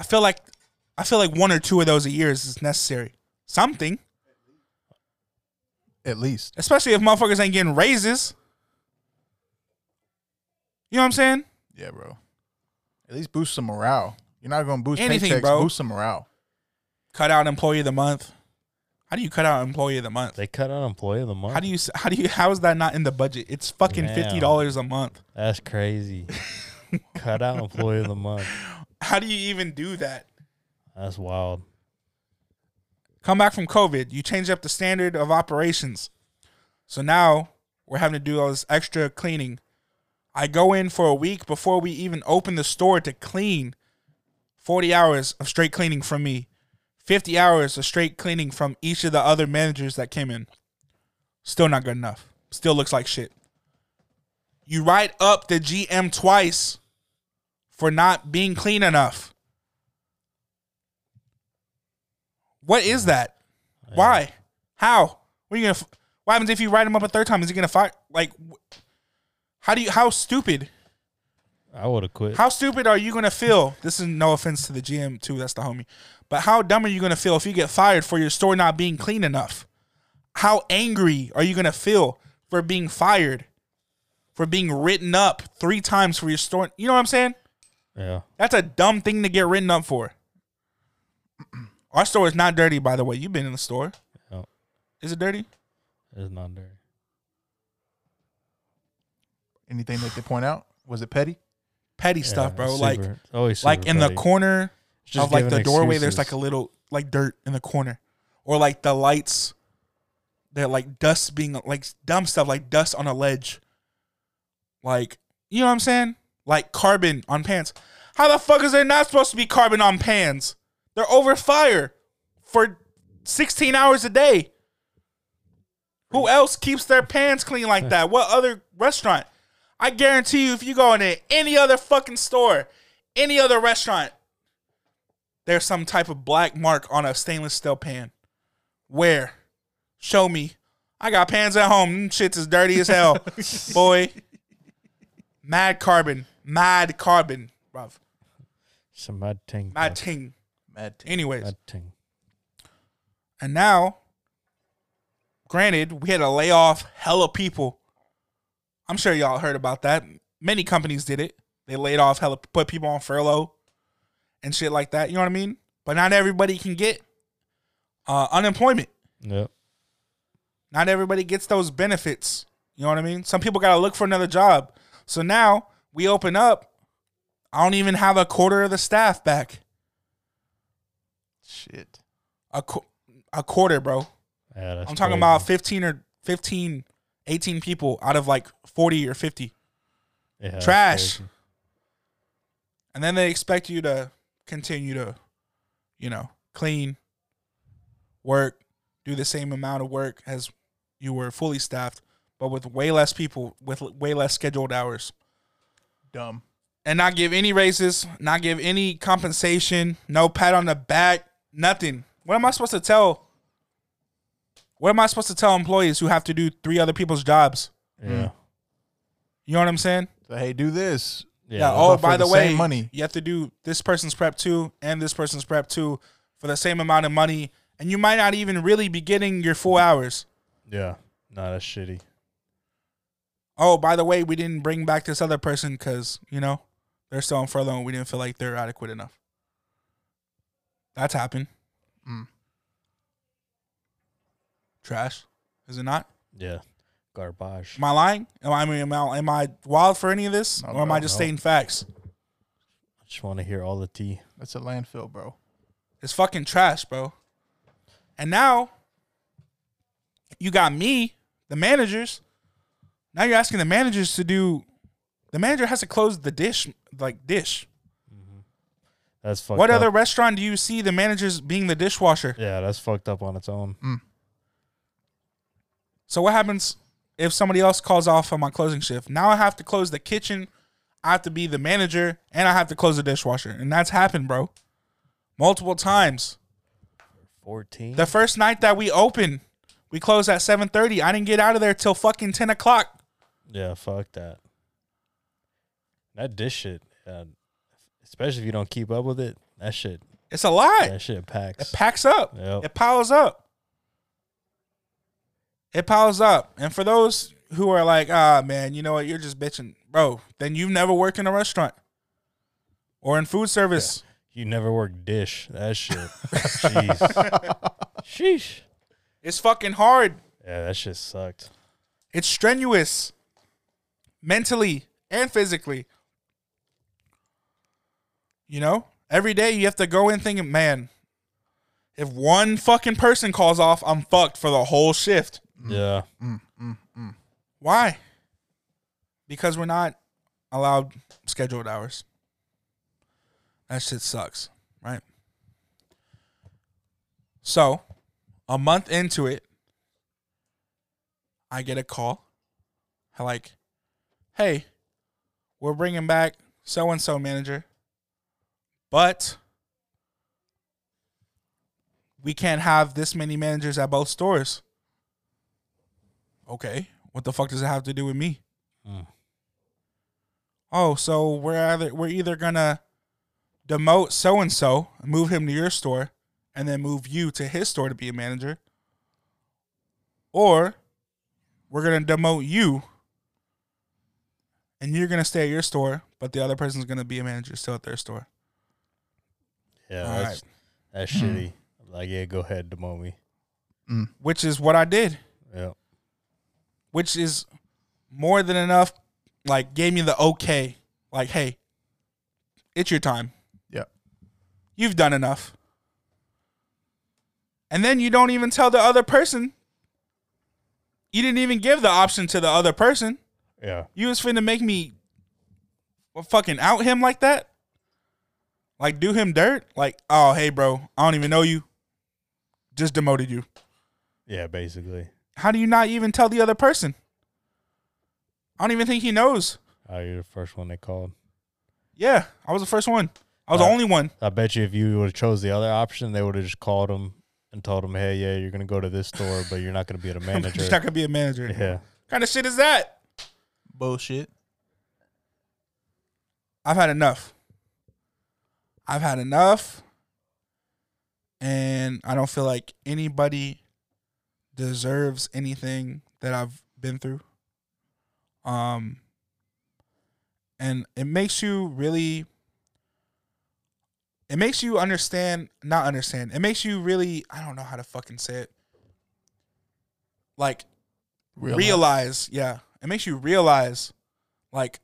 I feel like I feel like one or two of those a year is necessary. Something,
At least.
especially if motherfuckers ain't getting raises. You know what I'm saying?
Yeah, bro. At least boost some morale. You're not gonna boost
Anything,
paychecks.
bro.
Boost some morale.
Cut out employee of the month. How do you cut out employee of the month?
They cut out employee of the month.
How do you how do you how is that not in the budget? It's fucking
Wow.
fifty dollars a month. [laughs]
That's crazy. cut out employee of the month.
How do you even do that?
That's wild.
Come back from COVID, you change up the standard of operations. So now we're having to do all this extra cleaning. I go in for a week before we even open the store to clean. 40 hours of straight cleaning from me, 50 hours of straight cleaning from each of the other managers that came in. Still not good enough. Still looks like shit. You write up the GM twice for not being clean enough. What is that? Why? How? What are you gonna? F- what happens if you write him up a third time? Is he gonna fire? Like, wh- how do you? How stupid?
I would have quit.
How stupid are you gonna feel? This is no offense to the GM too. That's the homie. But how dumb are you gonna feel if you get fired for your store not being clean enough? How angry are you gonna feel for being fired, for being written up three times for your store? You know what I'm saying?
yeah.
That's a dumb thing to get written up for. Our store is not dirty, by the way. You've been in the store.
No.
Is it dirty?
It's not dirty.
Anything that they point out? Was it petty?
Petty
Yeah,
stuff, bro.
it's
Like,
super- it's always
like
super
in the
petty.
corner
It's just
of like the
giving
doorway, there's
excuses.
like a little like dirt in the corner, or like the lights, that like dust being like dumb stuff, like dust on a ledge. Like you know what I'm saying? Like carbon on pants. How the fuck is there not supposed to be carbon on pans? They're over fire for 16 hours a day. Who else keeps their pans clean like that? What other restaurant? I guarantee you, if you go into any other fucking store, any other restaurant, there's some type of black mark on a stainless steel pan. Where? Show me. I got pans at home. Them shits is dirty as hell, boy. Mad carbon, mad carbon, bruv.
It's a mad thing.
Mad
bro.
ting.
Mad. T-
Anyways,
Mad thing.
And now, granted, we had to lay off hella people. I'm sure y'all heard about that. Many companies did it. They laid off hella, put people on furlough and shit like that. You know what I mean? But not everybody can get uh, unemployment.
Yep.
Not everybody gets those benefits. You know what I mean? Some people got to look for another job. So now we open up. I don't even have a quarter of the staff back.
Shit.
A, qu- a quarter, bro.
Yeah, that's
I'm talking
crazy.
about 15 or 15, 18 people out of like 40 or 50.
Yeah, that's
trash.
crazy.
And then they expect you to continue to, you know, clean, work, do the same amount of work as you were fully staffed, but with way less people, with l- way less scheduled hours.
Dumb.
And not give any raises, not give any compensation, no pat on the back, nothing. What am I supposed to tell? What am I supposed to tell employees who have to do three other people's jobs?
Yeah.
You know what I'm saying?
So, hey, do this.
Yeah.
Yeah. that's-
oh,
but for
by the,
the
way,
same money.
you have to do this person's prep too and this person's prep too for the same amount of money, and you might not even really be getting your full hours.
yeah. Nah, that's shitty.
Oh, by the way, we didn't bring back this other person because you know they're still on furlough and we didn't feel like they're adequate enough. That's happened.
Mm.
Trash, is it not?
Yeah. garbage.
Am I lying? Am I, I mean, am I, am I wild for any of this,
No,
or am
bro,
I just
no.
stating facts?
I just want to hear all the tea.
That's a landfill, bro.
It's fucking trash, bro. And now you got me, the managers. Now you're asking the managers to do. The manager has to close the dish, like dish.
That's fucked
what
up.
other restaurant do you see the managers being the dishwasher?
Yeah, that's fucked up on its own.
Mm. So what happens if somebody else calls off on my closing shift? Now I have to close the kitchen. I have to be the manager, and I have to close the dishwasher, and that's happened, bro, multiple times.
14.
The first night that we opened, we closed at seven thirty. I didn't get out of there till fucking ten o'clock.
yeah, fuck that. That dish shit, uh, especially if you don't keep up with it, that shit,
It's a lie.
that shit packs.
It packs up.
Yep.
It piles up. It piles up. And for those who are like, ah, man, you know what? You're just bitching, bro. Then you never work in a restaurant or in food service.
you never work dish. That shit.
[laughs]
Jeez. Sheesh.
It's fucking hard.
Yeah, that shit sucked.
It's strenuous, mentally and physically. You know, every day you have to go in thinking, man, if one fucking person calls off, I'm fucked for the whole shift.
Yeah.
Mm. Why? Because we're not allowed scheduled hours. That shit sucks, right? So, a month into it, I get a call. I like, hey, we're bringing back so and so manager, but we can't have this many managers at both stores. Okay, what the fuck does it have to do with me?
Mm.
Oh, so we're either we're either gonna demote so and so, move him to your store, and then move you to his store to be a manager, or we're gonna demote you, and you're gonna stay at your store, but the other person's gonna be a manager still at their store.
Yeah,
All Mm.
that's, that's shitty. Like, yeah, go ahead, demote me.
Which is what I did.
Yeah.
which is more than enough. Like gave me the okay. Like, hey, it's your time.
Yeah.
You've done enough. And then you don't even tell the other person. You didn't even give the option to the other person.
Yeah.
You was finna make me fucking out him like that? Like do him dirt? Like, oh hey bro, I don't even know you. Just demoted you.
Yeah, basically.
How do you not even tell the other person? I don't even think he knows.
Oh, you're the first one they called.
Yeah, I was the first one. I was
Uh,
the only one.
I bet you if you would have chose the other option, they would have just called him and told him, "Hey, yeah, you're gonna go to this store, but you're not
[laughs]
gonna be the manager."
He's not gonna be a manager.
yeah,
kind of shit is that?
Bullshit.
I've had enough. I've had enough. And I don't feel like anybody deserves anything that I've been through. Um and it makes you really it makes you understand not understand. It makes you really I don't know how to fucking say it. Like realize, yeah, it makes you realize, like,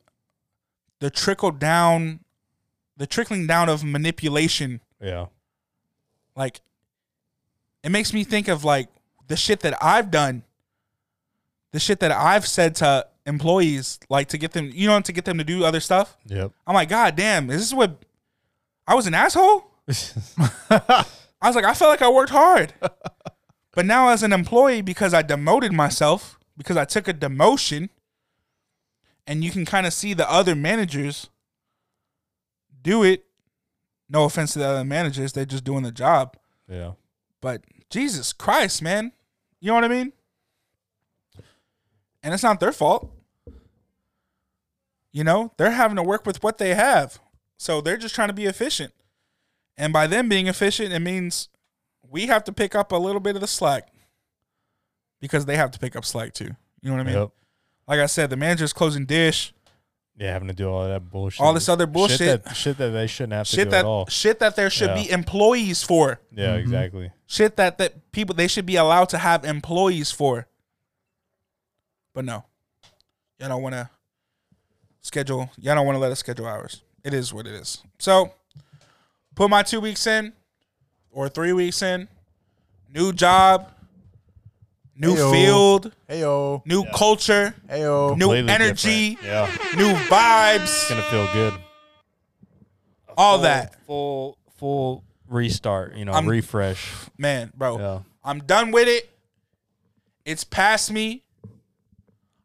the trickle down, the trickling down of manipulation.
yeah,
Like, it makes me think of like the shit that I've done, the shit that I've said to employees, like to get them, you know, to get them to do other stuff. [laughs]
yep.
I'm like, God damn, is this what? I was an asshole. I was like, I felt like I worked hard. but now as an employee, because I demoted myself, because I took a demotion, and you can kind of see the other managers do it. No offense to the other managers, they're just doing the job.
yeah,
But Jesus Christ, man. You know what I mean? And it's not their fault. You know, they're having to work with what they have. So they're just trying to be efficient. And by them being efficient, it means we have to pick up a little bit of the slack because they have to pick up slack too. You know what I mean?
yep.
Like I said, the manager's closing dish,
Yeah, having to do all that bullshit,
All this other bullshit.
shit that, shit that they shouldn't have to
shit
do
that Mm-hmm.
at all.
shit that there should
Yeah.
be employees for.
Yeah, exactly.
shit that that people they should be allowed to have employees for. But no, y'all don't want to schedule. Y'all don't want to let us schedule hours. It is what it is. So put my two weeks in or three weeks in. New job, new
Heyo.
field,
Heyo.
new culture,
Heyo.
new
Completely
energy,
different. Yeah,
new
it's
vibes,
gonna feel good.
all
Full-
that.
full full restart. You know,
I'm-
refresh.
Man, bro,
Yeah,
I'm done with it. It's past me.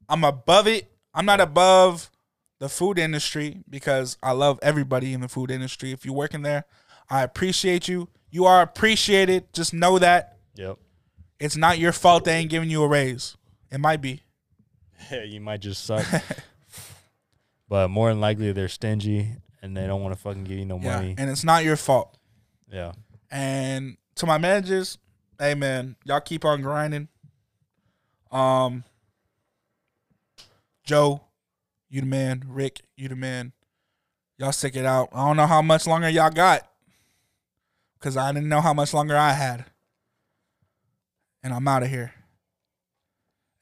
I'm above it. I'm not above the food industry because I love everybody in the food industry. If you work in there, I appreciate you. You are appreciated. Just know that
yep.
it's not your fault they ain't giving you a raise. It might be.
[laughs] Yeah, you might just
[laughs]
suck. but more than likely, they're stingy and they don't want to fucking give you no
Yeah.
money.
And it's not your fault.
Yeah,
And to my managers, hey man, y'all keep on grinding. Um, Joe, you the man. Rick, you the man. Y'all stick it out. I don't know how much longer y'all got, cause I didn't know how much longer I had. And I'm out of here.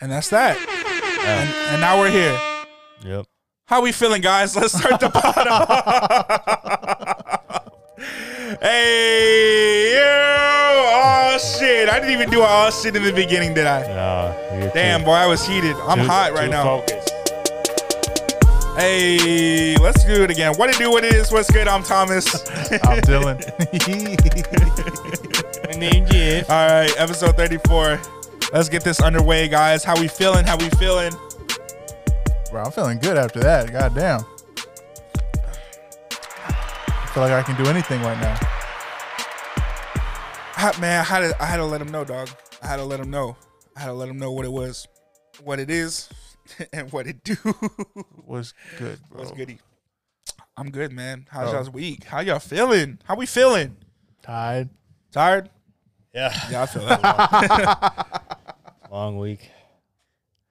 And that's that. And, and now we're here.
yep.
How we feeling, guys? Let's start the pod off. hey, yo! Oh shit! I didn't even do all shit in the beginning, did I?
Nah, you're
Damn,
too-
boy, I was heated. I'm
too-
hot right
too
now.
focused.
Hey, let's do it again. What it do? What it is? What's good? I'm Thomas. [laughs]
I'm Dylan. [laughs]
all right, episode 34. Let's get this underway, guys. How we feeling? How we feeling?
Bro, I'm feeling good after that. God damn. I feel like I can do anything right now.
Hot man, I had to, I had to let him know, dog. I had to let him know. I had to let him know what it was, what it is, [laughs] and what it do. [laughs]
Was good, bro.
What's goody? I'm good, man. How's
Oh.
y'all's week? How y'all feeling? How we feeling?
Tied.
Tired?
Yeah,
Yeah, I feel
[laughs]
that. [laughs]
long week.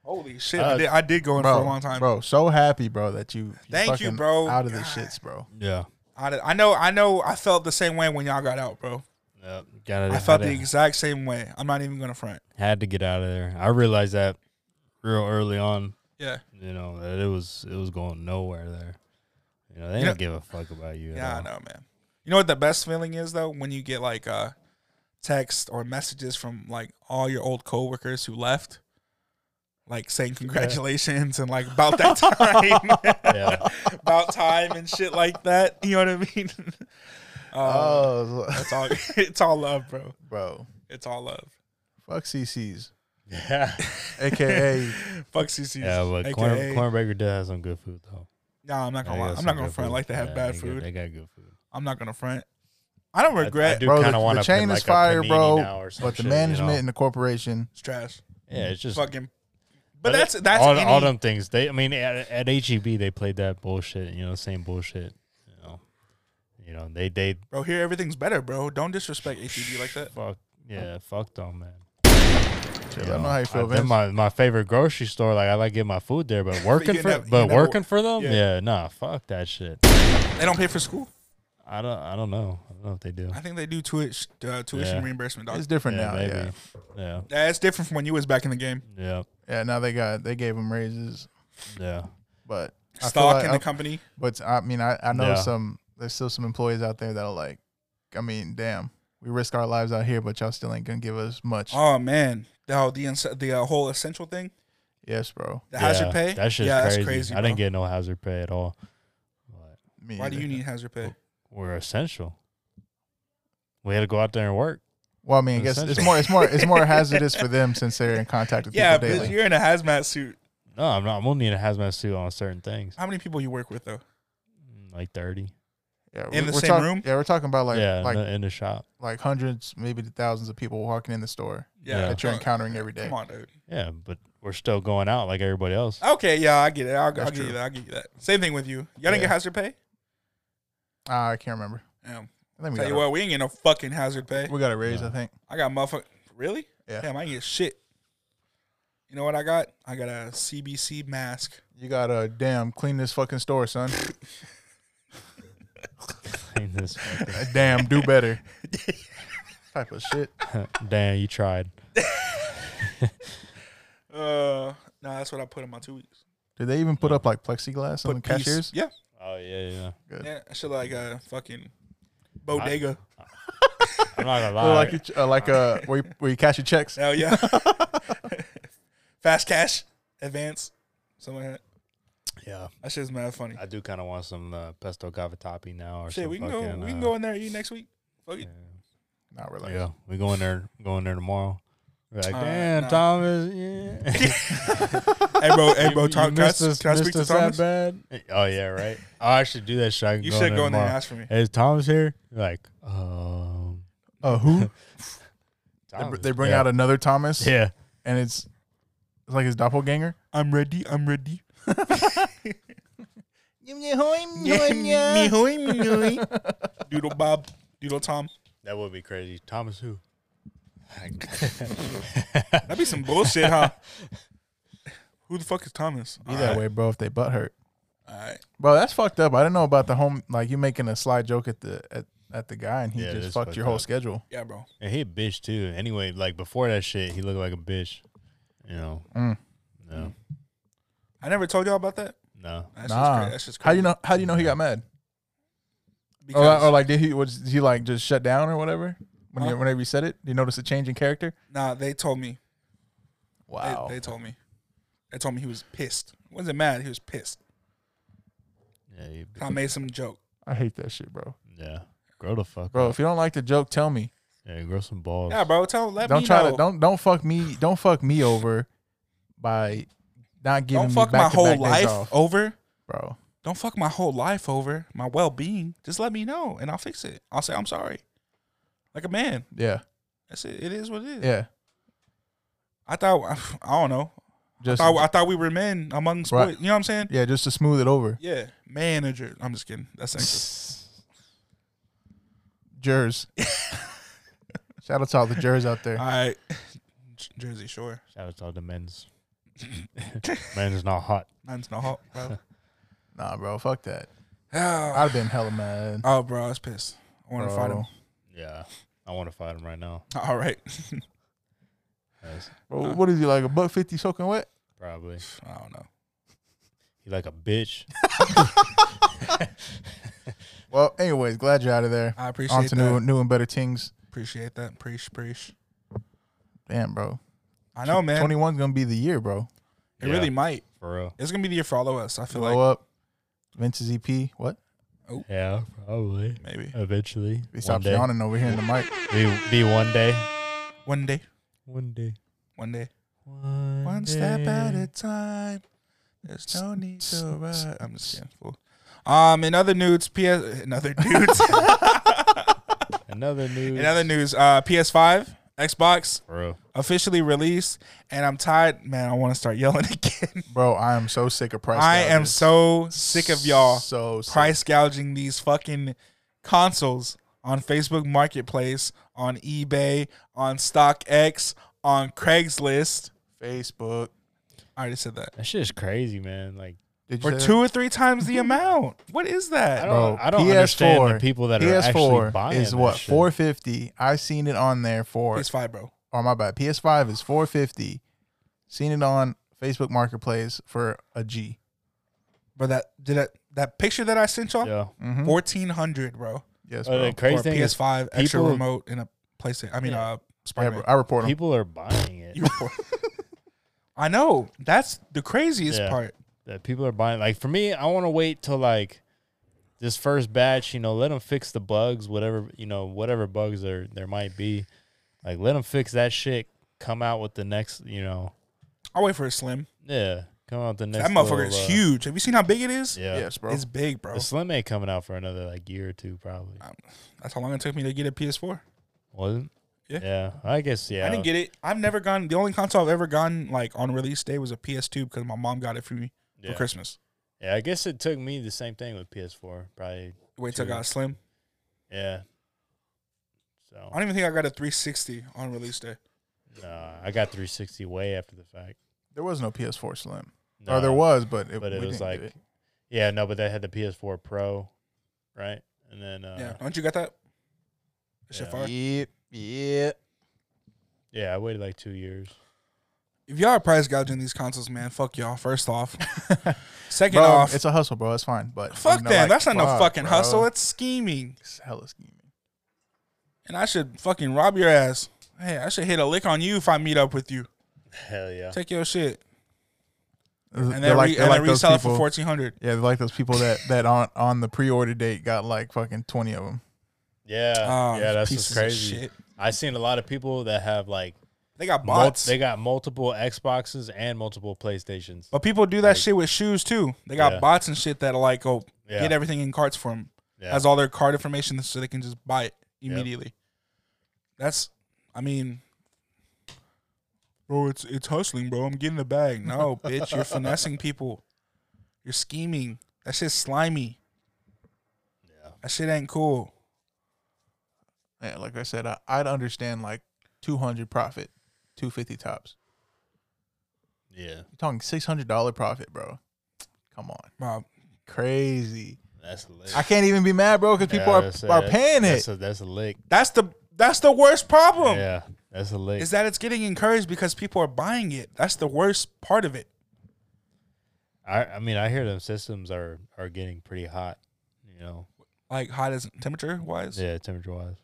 Holy shit!
Uh,
I, did, I did go in
Bro,
for a long time.
bro, so happy, bro, that you. you
Thank you,
fucking
bro.
Out of the
God.
shits, bro.
Yeah,
I, did- I know. I know. I felt the same way when y'all got out, bro.
yep. Got
I felt the
had, to,
exact same way. I'm not even gonna front.
had to get out of there. I realized that real early on.
Yeah.
You know that it was it was going nowhere there. You know they
You know-
don't give a fuck about you. at
Yeah, I
all.
know, man. You know what the best feeling is though? When you get like uh text or messages from like all your old coworkers who left, like saying congratulations and like about that [laughs] time.
[laughs] Yeah.
about time and shit like that. You know what I mean? [laughs] Uh,
Oh,
it's all [laughs] it's all love, bro.
[laughs] bro.
It's all love.
Fuck CC's,
yeah.
aka
[laughs] Fuck CC's.
[laughs] Yeah, but
AKA
corn, corn Baker does have some good food though.
Nah, I'm not
They
gonna
got
lie. I'm
some
not
good
gonna front
food.
like they have
Yeah,
bad
got-
food.
they got good food.
I'm not gonna front. I don't regret
I do
bro.
kind
the,
of want
the
to
chain
like
is fire,
a panini now
bro.
or some
But the
shit, you
management
know?
and the corporation,
it's trash.
yeah, it's just.
Fucking But
it-
that's that's
all,
any,
all them things. They, I mean, at, at HEB they played that bullshit. You know, same bullshit. You know, you know they they
bro, here everything's better, bro. Don't disrespect ATB like that.
fuck yeah, fuck them, man.
Shit, I don't know how you feel,
I, then
Vince.
my my favorite grocery store, like I like getting my food there, but
[laughs]
working
you
for
never- you
but
never-
working for them,
yeah.
yeah. nah, fuck that shit.
They don't pay for school.
I don't I don't know. I don't know if they do.
I think they do tuition uh, tuition
Yeah.
reimbursement. Dog.
It's different
yeah,
now.
maybe.
Yeah,
yeah,
Yeah, it's different from when you was back in the game.
yeah,
yeah. Now they got they gave them raises,
yeah.
but I feel
Stock
like
in
I-
the company.
But I mean, I, I know
Yeah.
some. There's still some employees out there that are like, I mean, damn, we risk our lives out here, but y'all still ain't gonna give us much.
Oh man, the whole the, ins- the uh, whole essential thing.
Yes, bro.
The hazard
Yeah,
pay?
That shit's
yeah,
crazy.
that's crazy.
I didn't
bro.
get no hazard pay at all. But
Me
Why do
either.
you need hazard pay?
we're essential. We had to go out there and work.
Well, I mean, I guess it's
Essentially.
more, it's more,
[laughs]
it's more hazardous for them since they're in contact with
Yeah,
people
but
daily.
you're in a hazmat suit.
No, I'm not. I'm gonna need a hazmat suit on certain things,
How many people you work with though?
Mm, like thirty.
Yeah,
in the same
talk-
room?
Yeah, we're talking about like,
yeah, in
like,
the- in the shop.
like hundreds, maybe thousands of people walking in the store
Yeah.
that you're
Oh,
encountering every day.
Come on, dude.
Yeah, but we're still going out like everybody else. [laughs]
Okay, yeah, I get it. I'll, I'll
That's
give you
true.
that. I'll give you that. Same thing with you. Y'all didn't
Yeah.
get hazard pay?
Ah, I can't remember.
Damn.
I think we
Tell
got,
you
a,
what, we ain't get no fucking hazard pay.
we got a raise.
No.
I think.
I got motherfucker. Really?
Yeah.
Damn, I ain't get shit. You know what I got? I got a CBC mask.
You got a damn clean this fucking store, son. [laughs]
Clean this fucking- [laughs]
damn,
[laughs]
do better. type of shit.
Damn, you tried.
Uh, No, that's what I put in my two weeks.
Did they even put up like plexiglass on
Put
the
peace-
cashiers?
Yeah,
Oh yeah, yeah.
Good.
yeah. I should like a fucking bodega.
I'm
[laughs]
not gonna
Or
lie.
like a, uh, [laughs] like a where you, where you cash your checks.
Hell yeah. [laughs] Fast cash, advance, something like that.
yeah,
That shit's mad funny.
I do kind of want some uh, pesto cavatappi now or
Shit,
some
we can go.
fucking,
we can
uh,
go in there and eat next
[laughs]
week. Fuck
Yeah,
it.
Not really.
yeah. we go in there. Go in there tomorrow. We're like,
Uh,
damn,
nah.
Thomas. Yeah.
Hey bro, hey [laughs] bro,
You- you
talk, can, I,
missed us-
can I
missed
speak to
us that
Thomas?
bad? Oh yeah, right. I'll actually do that. Shit. I can
You
go
should go in there and
tomorrow.
ask for me.
Is Thomas here? Like, um,
Uh,
[laughs]
who? they, br-
Thomas.
they bring
yeah.
out another Thomas,
[laughs] yeah.
and it's it's like his doppelganger.
I'm ready. I'm ready.
[laughs]
yeah.
Doodle Bob, Doodle Tom.
That would be crazy. Thomas [laughs] who?
That'd be some bullshit,
[laughs]
huh? Who the fuck is Thomas?
Be that way, bro. If they butt hurt,
All right.
bro, that's fucked up. I didn't know about the home. Like you making a sly joke at the at, at the guy, and he
Yeah,
just
that's
fucked
fucked
your whole
up.
schedule.
Yeah, bro.
and he a bitch too. Anyway, like before that shit, he looked like a bitch. You know.
Mm.
No.
I never told y'all about that.
No.
That's
Nah.
just crazy. That's just crazy.
How do you know? How do you know he got mad? Or,
Because, Uh-huh.
or like, did he was he like just shut down or whatever? When
Huh?
you, whenever you said it, you notice a change in character.
nah, they told me. They,
Wow,
they told me. They told me he was pissed. wasn't mad. He was pissed.
Yeah. you-
I made some joke.
I hate that shit, bro.
yeah. Grow the fuck
Bro,
up.
if you don't like the joke, tell me.
Yeah. Grow some balls.
Yeah, bro. Tell let
don't
me
try
know.
to don't don't fuck me don't fuck me over by not giving
Don't
me
fuck my
back to
whole
back
life
off,
over.
bro.
Don't fuck my whole life over. My well being. Just let me know, and I'll fix it. I'll say I'm sorry. Like a man.
Yeah,
That's it. It is what it is.
yeah.
I thought. I don't know.
Just
thought, I thought we were men among sports.
Right.
You know what I'm saying?
yeah, just to smooth it over.
Yeah, manager. I'm just kidding. That's
[laughs]
sexist. [laughs]
Jers. Shout out to all the Jers out there.
All right, J- Jersey Shore.
Shout out to all the men's. men's not hot.
Man's no hot,
[laughs]
bro.
Nah, bro, fuck that. I'd
oh,
have been hella mad.
bro, I was pissed. I want to fight
Bro.
him.
Yeah. I want to fight him right now.
All right.
That's
Bro, what is he like a buck fifty soaking wet?
probably.
I don't know.
He like a bitch.
Well, anyways, glad you're out of there.
I
On
appreciate
to
that.
new, new and better things.
Appreciate that. Preach, preach.
Damn, bro.
I know, man.
21's gonna be the year, bro.
it really
Yeah,
might.
for real.
It's gonna be the year for all of us. I feel
Blow
like
up. Vince's EP. What?
Yeah, probably.
maybe
Eventually.
He stops yawning over here in the mic.
Be, be one day.
one day,
One day.
one day,
One,
one step at a time. There's no need to rush. I'm just kidding. Fool. Um, in other nudes, PS, in other [laughs] nudes,
Another news.
in other news, uh, PS5, Xbox
Bro.
officially released, and I'm tired. Man, I want to start [laughs] yelling again.
Bro, I am so sick of price.
I am
gouges.
so sick of y'all
So sick.
price gouging these fucking consoles on Facebook Marketplace, on eBay, on StockX, on Craigslist.
Facebook.
I already said that.
That shit is crazy, man. Like
Did
For
say that?
two or three times
[laughs]
the amount. What is
I
that?
don't
Bro,
I don't understand
PS4
the people that are actually
PS4
buying
is
that
what
shit.
four fifty. I seen it on there for.
It's five, bro.
oh my bad. PS5 is four fifty. Seen it on Facebook Marketplace for a G.
Bro, that did that that picture that I sent y'all, Mm-hmm.
Yeah.
Mhm.
fourteen hundred, bro.
Yes,
Oh,
bro.
the
For
crazy
a
thing is
PS5, extra
people-
remote and a PlayStation. I mean,
Yeah.
uh,
Yeah,
Spider
bro,
Man.
I report them.
people are buying it.
I know that's the craziest
Yeah.
part.
that people are buying. Like for me, I want to wait till like this first batch. You know, let them fix the bugs, whatever you know, whatever bugs there there might be. Like let them fix that shit. Come out with the next, you know,
I'll wait for a slim.
yeah. Come out the next.
that motherfucker is
little, uh,
huge. Have you seen how big it is?
Yeah,
Yes, bro.
It's big, bro.
the Slim ain't coming out for another like year or two probably.
That's how long it took me to get a PS4.
Wasn't?
Yeah.
yeah. I guess yeah.
I didn't get it. I've never gone. The only console I've ever gone like on release day was a PS2 because my mom got it for me
yeah.
for Christmas.
Yeah, I guess it took me the same thing with PS4 probably.
Wait till I
True.
got a Slim.
Yeah.
I
So
don't even think I got a 360 on release day.
nah, I got 360 way after the fact.
there was no PS4 Slim.
No.
Or there was, but it,
but it
we
was
didn't
like,
get it.
yeah, no, but they had the PS4 Pro, right? And then, uh,
yeah,
yeah,
don't you got that? That shit
yeah.
fire.
Yep, yep.
I waited like two years.
If y'all are price gouging these consoles, man, fuck y'all. First off, second
bro,
off,
it's a hustle, bro. It's fine, but
fuck
you know,
that.
like,
That's not no
fuck,
fucking
bro.
hustle. It's scheming,
It's hella scheming.
and I should fucking rob your ass. Hey, I should hit a lick on you if I meet up with you.
Hell yeah.
Take your shit
And
and
they're
then,
like,
re-
they're
and
like
then
those
resell it for
people.
fourteen hundred.
yeah, they're like those people that that on on the pre-order date got like fucking twenty of them.
Yeah.
Oh,
yeah, that's
pieces
what's
of
crazy.
shit.
I've seen a lot of people that have like
They got
mul-
bots,
they got multiple Xboxes and multiple PlayStations.
but people do that shit with shoes too. They got
Yeah.
bots and shit that'll like go
Yeah.
get everything in carts for them.
Yeah.
has all their card information so they can just buy it
Yep.
immediately. That's, I mean, bro, it's it's hustling, bro. I'm getting the bag.
[laughs]
No, bitch, you're finessing people. You're scheming. That shit's slimy.
Yeah.
That shit ain't cool.
Yeah, like I said, I, I'd understand like two hundred profit, two fifty tops.
yeah.
You're talking six hundred dollar profit, bro. Come on,
Bro,
crazy.
That's a lick.
I can't even be mad, bro, because people
Yeah, that's
are,
a-
are paying
that's
it.
A, that's a lick.
that's the that's the worst problem.
Yeah. That's a lick.
Is that it's getting encouraged because people are buying it. That's the worst part of it.
I, I mean, I hear them systems are, are getting pretty hot, you know.
Like hot as temperature wise.
Yeah, temperature wise.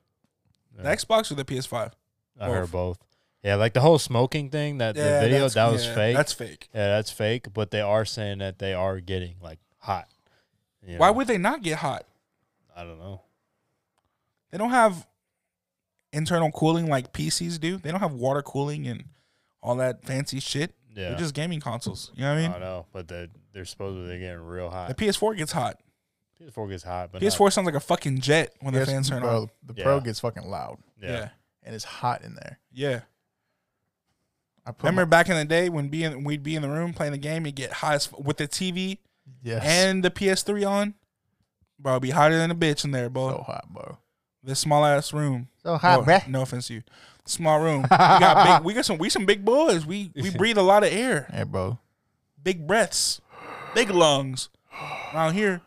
The Xbox or the PS5?
I heard both. Yeah, like the whole smoking thing that
Yeah,
the video
that's-
that was
yeah,
fake.
That's fake.
yeah, that's fake. But they are saying that they are getting like hot. you
Why
know?
would they not get hot?
I don't know?
They don't have internal cooling like PCs do. They don't have water cooling and all that fancy shit.
Yeah,
They're just gaming consoles. You know what I
I
mean?
don't know. But they they're supposedly getting real
the
hot.
PS4 gets hot.
PS4 gets hot, but
PS4
Not,
sounds like a fucking jet when
Yes,
the fans turn on.
bro, the pro
Yeah.
gets fucking loud
Yeah.
yeah,
and it's hot in there.
Yeah.
I put
Remember back in the day when being we'd be in the room playing the game, and get hot as, f- with the TV
my- yes,
and the PS3 on? Bro, it'd be hotter than a bitch in there, bro.
so hot, bro.
This small ass room.
So
No, no offense to you. Small room. We got big we got some we some big boys. We
[laughs]
we breathe a lot of air.
Hey, bro.
big breaths, big lungs. Around here,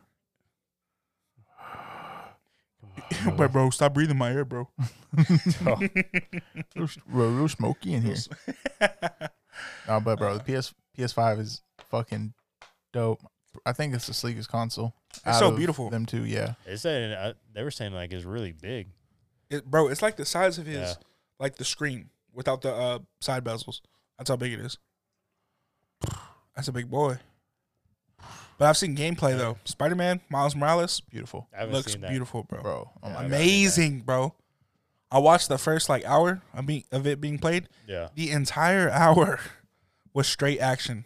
[laughs] but bro, stop breathing my air, bro.
Real, real, real smoky in
[laughs]
here. no, but bro, the PS PS5 is fucking dope. I think it's the sleekest console. out
so
of
beautiful.
Them two, yeah.
they said uh, they were saying like it's really big.
It, bro, it's like the size of his,
Yeah.
like the screen without the uh, side bezels. That's how big it is. That's a big boy. But I've seen gameplay though. Spider Man, Miles Morales
Beautiful,
I haven't
looks
seen that.
beautiful, bro.
bro. Oh my
Yeah.
god.
Amazing, bro. I watched the first like hour of me of it being played.
Yeah,
The entire [laughs] hour was straight action.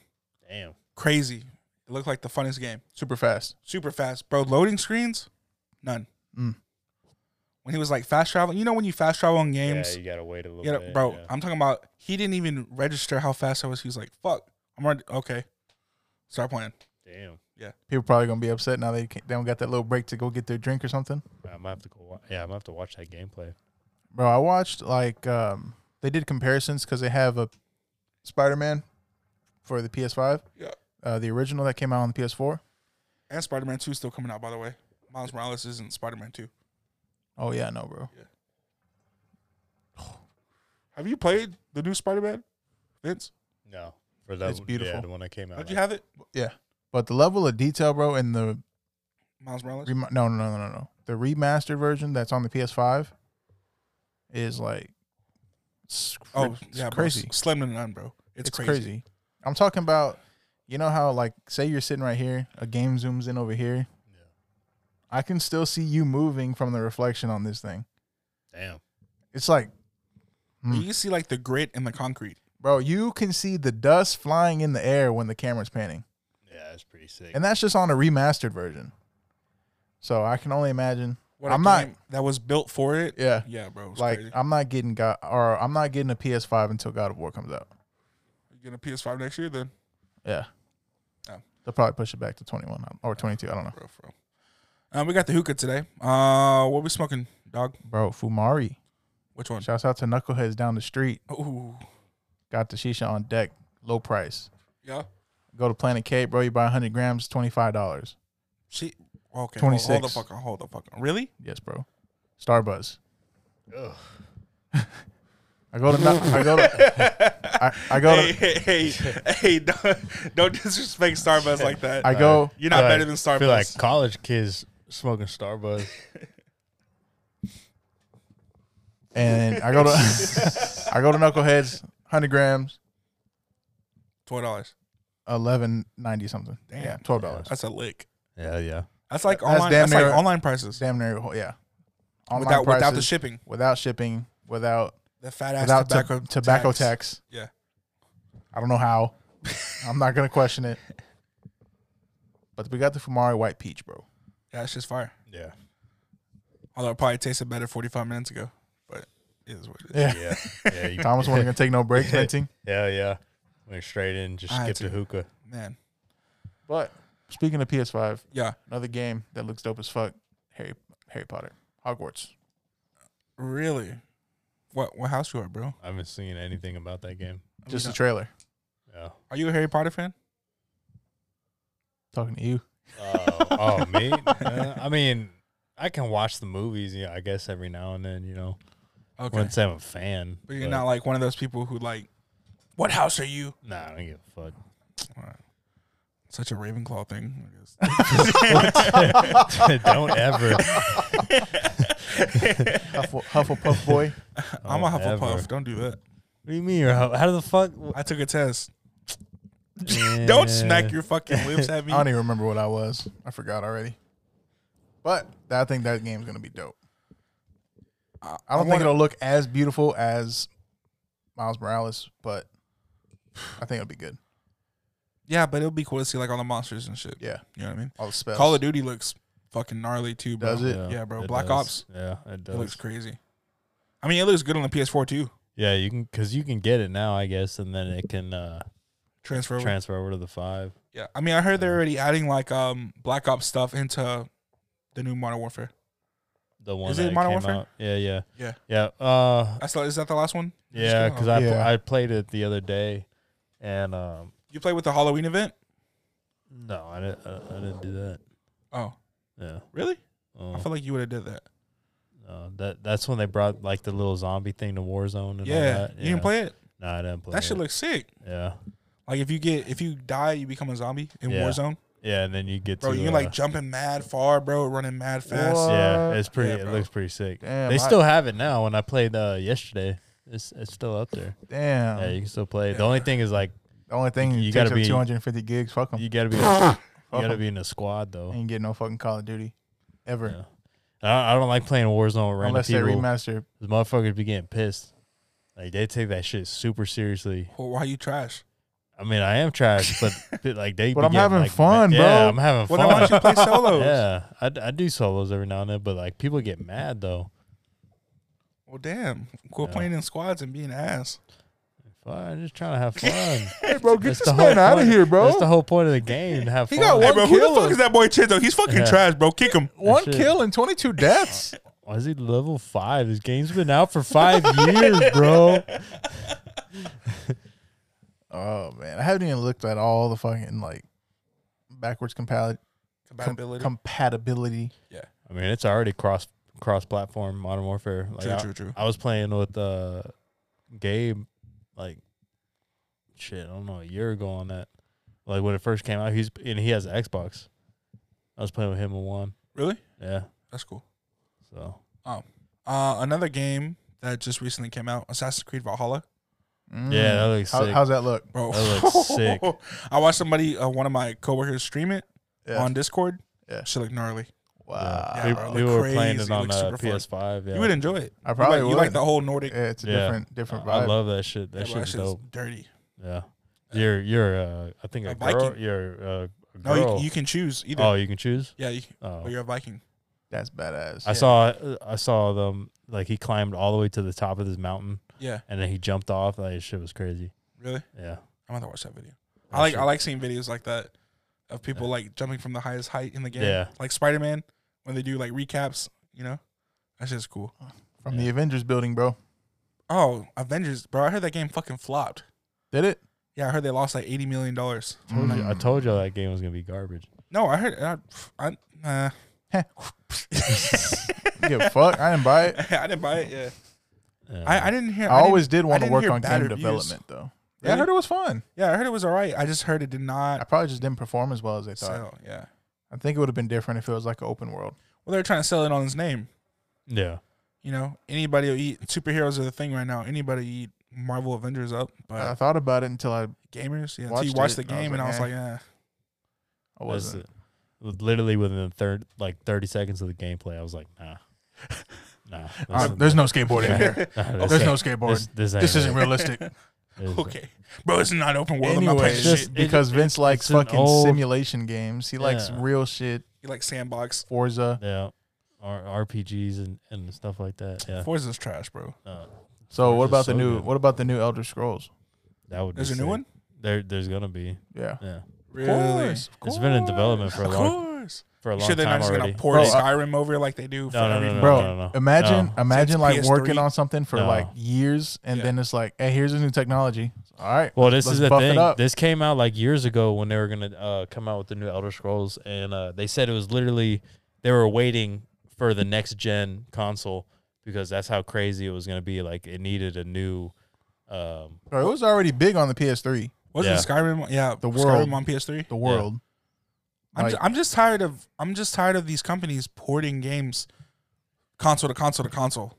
damn.
crazy. It looked like the funnest game.
Super fast.
Super fast, bro. Loading screens, none.
Mm.
When he was like fast traveling, you know when you fast travel in
Yeah,
games,
you gotta wait a little
you know,
bit,
bro. uh,
yeah.
I'm talking about he didn't even register how fast I was. He was like, "Fuck, I'm already okay." Start playing.
Damn,
People probably gonna be upset now. They can't, they don't got that little break to go get their drink or something.
I might have to go. Wa- yeah, I might have to watch that gameplay.
Bro, I watched like um they did comparisons because they have a Spider Man for the PS5.
Yeah.
Uh, the original that came out on the PS4.
And Spider-Man Two is still coming out, by the way. Miles Morales isn't Spider-Man Two.
Oh yeah, no, bro.
Have you played the new Spider-Man, Vince?
No, for that,
It's beautiful.
Yeah, the one that came out.
How'd you
like-
have it,
But the level of detail, bro, and the
Miles Morales?
Rema- no, no, no, no, no. The remastered version that's on the PS5 is like, it's, cr-
Oh,
it's
yeah, bro.
crazy.
S- Slim to none, bro. It's,
It's
crazy.
crazy. I'm talking about, you know how like, say you're sitting right here, a game zooms in over here.
Yeah.
I can still see you moving from the reflection on this thing.
Damn.
It's like, Mm.
You can see like the grit and the concrete.
bro, you can see the dust flying in the air when the camera's panning,
Yeah, that's pretty sick.
and that's just on a remastered version. So I can only imagine.
What a
I'm not-
game that was built for it.
Yeah,
Yeah, bro. it was
like uh,
crazy.
I'm not getting God or I'm not getting a PS5 until God of War comes out.
You getting a PS5 next year then,
Yeah.
Oh.
They'll probably push it back to 21 or 22. I don't know.
bro, bro. Um, we got the hookah today. Uh, what we smoking, dog?
Bro, Fumari.
Which one?
Shouts out to Knuckleheads down the street.
Ooh,
Got the Shisha on deck. Low price.
yeah.
Go to Planet K, bro. You buy 100 grams, $25.
She okay. hold- Hold, the
26.
fuck on. Hold the fuck on. Really?
Yes, bro. Starbuzz.
Ugh.
I go to no- I go to
[laughs]
I, I go
hey,
to
hey, hey, hey, [laughs] don't, don't disrespect Starbucks like that.
I go
You're not
Feel
better
like-
than Starbucks.
Feel like college kids smoking Starbucks.
and I
[laughs]
go to [laughs] I go to Knuckleheads, hundred grams,
Twelve dollars.
eleven ninety something.
Damn.
yeah, twelve dollars.
That's a lick.
[laughs] yeah, yeah.
That's like
That's
online.
damn
That's,
near-
like online prices.
Damn near yeah. Online
without without the
prices,
shipping,
without shipping, without
the fat ass
without
tobacco
tobacco, tobacco tax.
Yeah.
I don't know how. I'm not gonna
[laughs]
question it. But we got the Fumari White Peach, bro.
Yeah, it's just fire.
Yeah.
Although it probably tasted better 45 minutes ago, but it is what it is.
Yeah.
Yeah. Yeah. You,
Thomas
[laughs]
wasn't gonna take no
[laughs]
break venting.
yeah, yeah. Went straight in, just
I had
skipped
to.
to hookah.
Man,
But speaking of PS5,
yeah,
another game that looks dope as fuck, Harry Harry Potter, Hogwarts.
really. What what house you are, bro?
I haven't seen anything about that game.
Just
I
the
mean,
trailer.
Yeah.
are you a Harry Potter fan?
Talking
[laughs]
to you.
Oh, oh, [laughs] me? Uh, I mean, I can watch the movies, yeah, I guess every now and then, you know.
Okay,
I wouldn't say I'm a fan.
but you're not like one of those people who like, what house are you?
Nah, I don't give a fuck. [laughs]
Such a Ravenclaw thing. I guess. [laughs]
don't ever.
Huffle, Hufflepuff boy.
I'm a
Don't
Hufflepuff.
ever.
Don't do that.
What do you mean? You're, how, how the fuck?
I took a test. [laughs] Don't smack your fucking lips at [laughs]
I
me.
don't even remember what I was. I forgot already. But I think that game's gonna be dope.
I,
I don't think it'll look as beautiful as Miles Morales, but I think it'll be good.
Yeah, but it'll be cool to see like all the monsters and shit.
Yeah,
You know what I mean?
all the spells.
Call of Duty looks fucking gnarly too, bro.
Does it?
Yeah, bro.
it
Black
does.
Ops.
Yeah, it
It
does.
looks crazy. I mean, it looks good on the PS4 too.
yeah, you can because you can get it now, I guess, and then it can uh,
Transfer over.
transfer over to the five.
Yeah, I mean, I heard they're
Yeah.
already adding like um Black Ops stuff into the new Modern Warfare.
The one
Is it
that
Modern
came
Warfare?
out. Yeah, yeah,
Yeah.
yeah. Uh,
I saw. Is that the last one? Just
yeah,
came out.
because I
Yeah.
I played it the other day, and um,
you play with the Halloween event.
no, I didn't. I, I didn't do that.
Oh,
Yeah,
really?
Oh,
I feel like you would have did that.
no, that that's when they brought like the little zombie thing to Warzone and all
Yeah,
that.
you didn't play it.
No, I didn't play.
that shit
it.
looks sick.
Yeah,
Like if you get if you die, you become a zombie in
Yeah.
Warzone,
yeah, and then you get
bro.
to
You can
uh,
like jumping mad far, bro, running mad fast.
What?
Yeah, it's pretty.
Yeah,
it
bro.
looks pretty sick.
Damn,
they
I-
still have it now. When I played uh, yesterday, it's it's still up there.
Damn.
yeah, you can still play. it. The
yeah.
only thing is like
the only thing
you
you
gotta
gotta
be-
be 250 gigs. Fuck them.
you gotta be
Uh-huh.
you
Fuck
gotta
'em.
be in a squad though.
Ain't get no fucking Call of Duty ever
Yeah. I, I don't like playing Warzone with random
unless they
people.
remaster.
'cause motherfuckers be getting pissed. Like they take that shit super seriously.
Well, why you trash?
I mean, I am trash,
[laughs]
but but, like they.
But
be
I'm
getting,
having
like,
fun,
ma- Yeah,
bro.
I'm having
Well, then why
fun. [laughs]
don't you play solos?
yeah, I, d- I do solos every now and then, but like people get mad though.
Well, damn. Quit
Yeah.
playing in squads and being ass.
Fuck, I'm just trying to have fun.
[laughs] Hey, bro,
That's the whole point- That's the whole point of the game. To have
He
fun.
got
Hey,
one
bro, who the
killer.
fuck is that boy Chizo? He's fucking
Yeah.
trash, bro. Kick him.
One
shit.
kill and 22 deaths.
Why is he level five? His game's been out for five [laughs] years, bro.
oh man, I haven't even looked at all the fucking like backwards compali- com-
Compatibility.
compatibility.
I mean, it's already cross cross platform Modern Warfare. Like,
true,
I,
true, true.
I was playing with uh, Gabe, like shit. I don't know, a year ago on that. Like when it first came out, he's and he has an Xbox. I was playing with him and one.
Really?
Yeah.
That's cool.
So
Uh, another game that just recently came out, Assassin's Creed Valhalla. Mm.
Yeah, that looks
How,
sick.
How's that look?
Bro,
That looks sick.
[laughs] I watched somebody, uh, one of my coworkers, stream it
Yeah.
on Discord.
Yeah.
She looked gnarly.
wow.
Yeah,
we,
bro, it
we
looked
were playing
uh, crazy.
it
It
on
looked super
uh,
fun.
PS5. Yeah.
You would enjoy it.
I probably
you like,
would.
you like the whole Nordic.
yeah, it's a
Yeah.
different different
I
vibe.
love that shit. That
Yeah, bro,
shit's
shit's
dope.
dirty.
Yeah. You're you're uh I think
A
a, girl
Viking.
you're uh, a
No,
girl.
you, you can choose either.
Oh, you can choose.
yeah, you,
Oh.
but you're a Viking.
That's badass.
I saw uh, I saw them like he climbed all the way to the top of this mountain
Yeah,
and then he jumped off. Like his shit was crazy.
really?
Yeah.
I'm gonna watch that video.
That
I like
shit-
I like seeing videos like that of people like jumping from the highest height in the game.
Yeah.
Like Spider Man when they do like recaps, you know? That's just cool.
From
Yeah.
the Avengers building, bro.
Oh, Avengers, bro, I heard that game fucking flopped.
Did it?
Yeah, I heard they lost like eighty million dollars.
Told you- I
Mm.
told you that game was gonna be garbage.
No, I heard I, I nah.
Give a fuck. I didn't buy
[laughs]
it.
[laughs]
I didn't buy it, yeah.
Yeah.
I, I didn't hear.
I,
didn't-
always did want to
didn't
work
hear
on
bad
game
reviews.
development though. Yeah, I
Really?
heard it was fun.
Yeah, I heard it was all right. I just heard it did
I
not
probably just didn't perform as well as I thought.
sell. Yeah.
I think it would have been different if it was like an open world.
Well, they're trying to sell it on his name.
yeah.
You know, anybody will eat superheroes are the thing right now. Anybody eat Marvel Avengers up, but
I thought about it until I,
gamers, yeah. Until
Uh, watched
you watch
it,
the
and I was
game, and I
like,
was
eh.
like, yeah,
I
Was
wasn't.
literally within the third like thirty seconds of the gameplay, I was like, nah,
[laughs]
nah.
Uh,
this-
there's no skateboarding
"Eh."
[laughs]
Yeah.
here.
[laughs] nah, this
There's
ain't-
no skateboard.
This,
This,
this, ain't
isn't
right. [laughs]
realistic.
This is-
okay, bro, it's not open world. I'm not
Anyway,
playing
just-
shit.
it-
because Vince likes
an
fucking
old-
simulation games. He likes
Yeah.
real shit,
You like sandbox?
Forza.
Yeah. R- RPGs and, and stuff like that. Yeah.
Forza's trash, bro.
Uh,
So what
Forza's
about the
so
new?
good.
What about the new Elder Scrolls?
that would be
There's a new
sick.
one.
There there's gonna be.
Yeah,
Yeah.
Really?
of
It's been in development for a
Of
long
course.
for a
You
long
sure they're not
time
just
already.
gonna pour
Bro, I-
Skyrim over like they do for
no, no,
every
no, no,
Bro,
no, no, no.
Imagine,
No.
imagine like
PS3.
working on something for
No.
like years, and
Yeah.
then it's like, hey, here's a new technology. All right,
Well, this
let's
is the
buff it
thing.
up.
This came out like years ago when they were gonna uh, come out with the new Elder Scrolls, and uh, they said it was literally they were waiting for the next gen console because that's how crazy it was gonna be. Like it needed a new. Um,
Bro, it was already big on the PS3,
Was
Yeah.
it Skyrim? Yeah,
The
Skyrim
world.
on PS3.
the world.
I'm,
Like-
ju- I'm just tired of I'm just tired of these companies porting games console to console to console.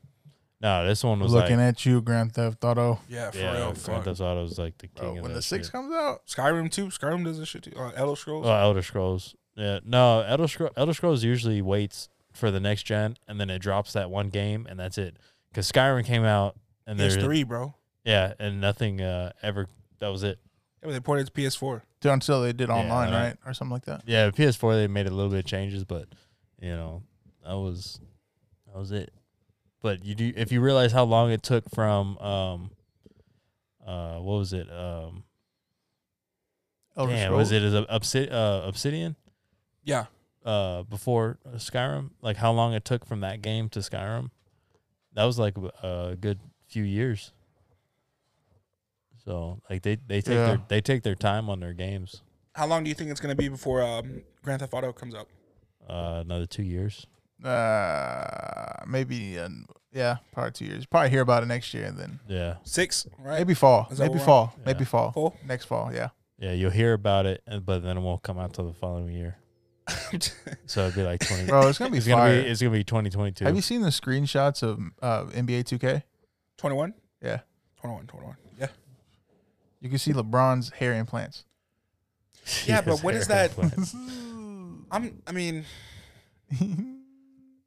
no, this one was
Looking
like
at you, Grand Theft Auto.
Yeah, for
yeah,
real.
Grand
Fuck.
Theft Auto was like the king
Bro,
of
when
that
the six
shit.
comes out,
Skyrim too. Skyrim does this shit too. Uh, Elder Scrolls.
Oh, Elder Scrolls. Yeah, no, Elder Scrolls. Elder Scrolls usually waits for the next gen, and then it drops that one game, and that's it. Because Skyrim came out, and there's
PS3, bro.
yeah, and nothing uh, ever. That was it.
Yeah, but they ported it to PS4.
dude, until they did online,
I-
right, or something like that.
Yeah, PS4 they made a little bit of changes, but you know that was that was it. But you do if you realize how long it took from um uh what was it um
Elder
damn,
Scrolls.
was it is Obsid- uh, Obsidian
Yeah,
uh before Skyrim like how long it took from that game to Skyrim that was like a good few years. So like they they take
Yeah.
their they take their time on their games
how long do you think it's gonna be before um, Grand Theft Auto comes out?
uh another two years.
Uh, maybe, uh, yeah, probably two years. Probably hear about it next year, and then
Yeah.
Six, right?
maybe fall,
Is that what
maybe
we're on?
fall,
Yeah.
maybe fall,
Fall?
next fall. Yeah,
Yeah, you'll hear about it, and- but then it won't come out till the following
[laughs]
year. So it'd be like twenty.
bro, it's gonna be
[laughs] it's gonna
fire.
be it's gonna be twenty twenty two.
Have you seen the screenshots of uh, NBA 2K?
21?
Yeah,
21, 21. Yeah.
you can see LeBron's hair implants. [laughs]
Yeah, but
[laughs]
what is that- I'm. I mean,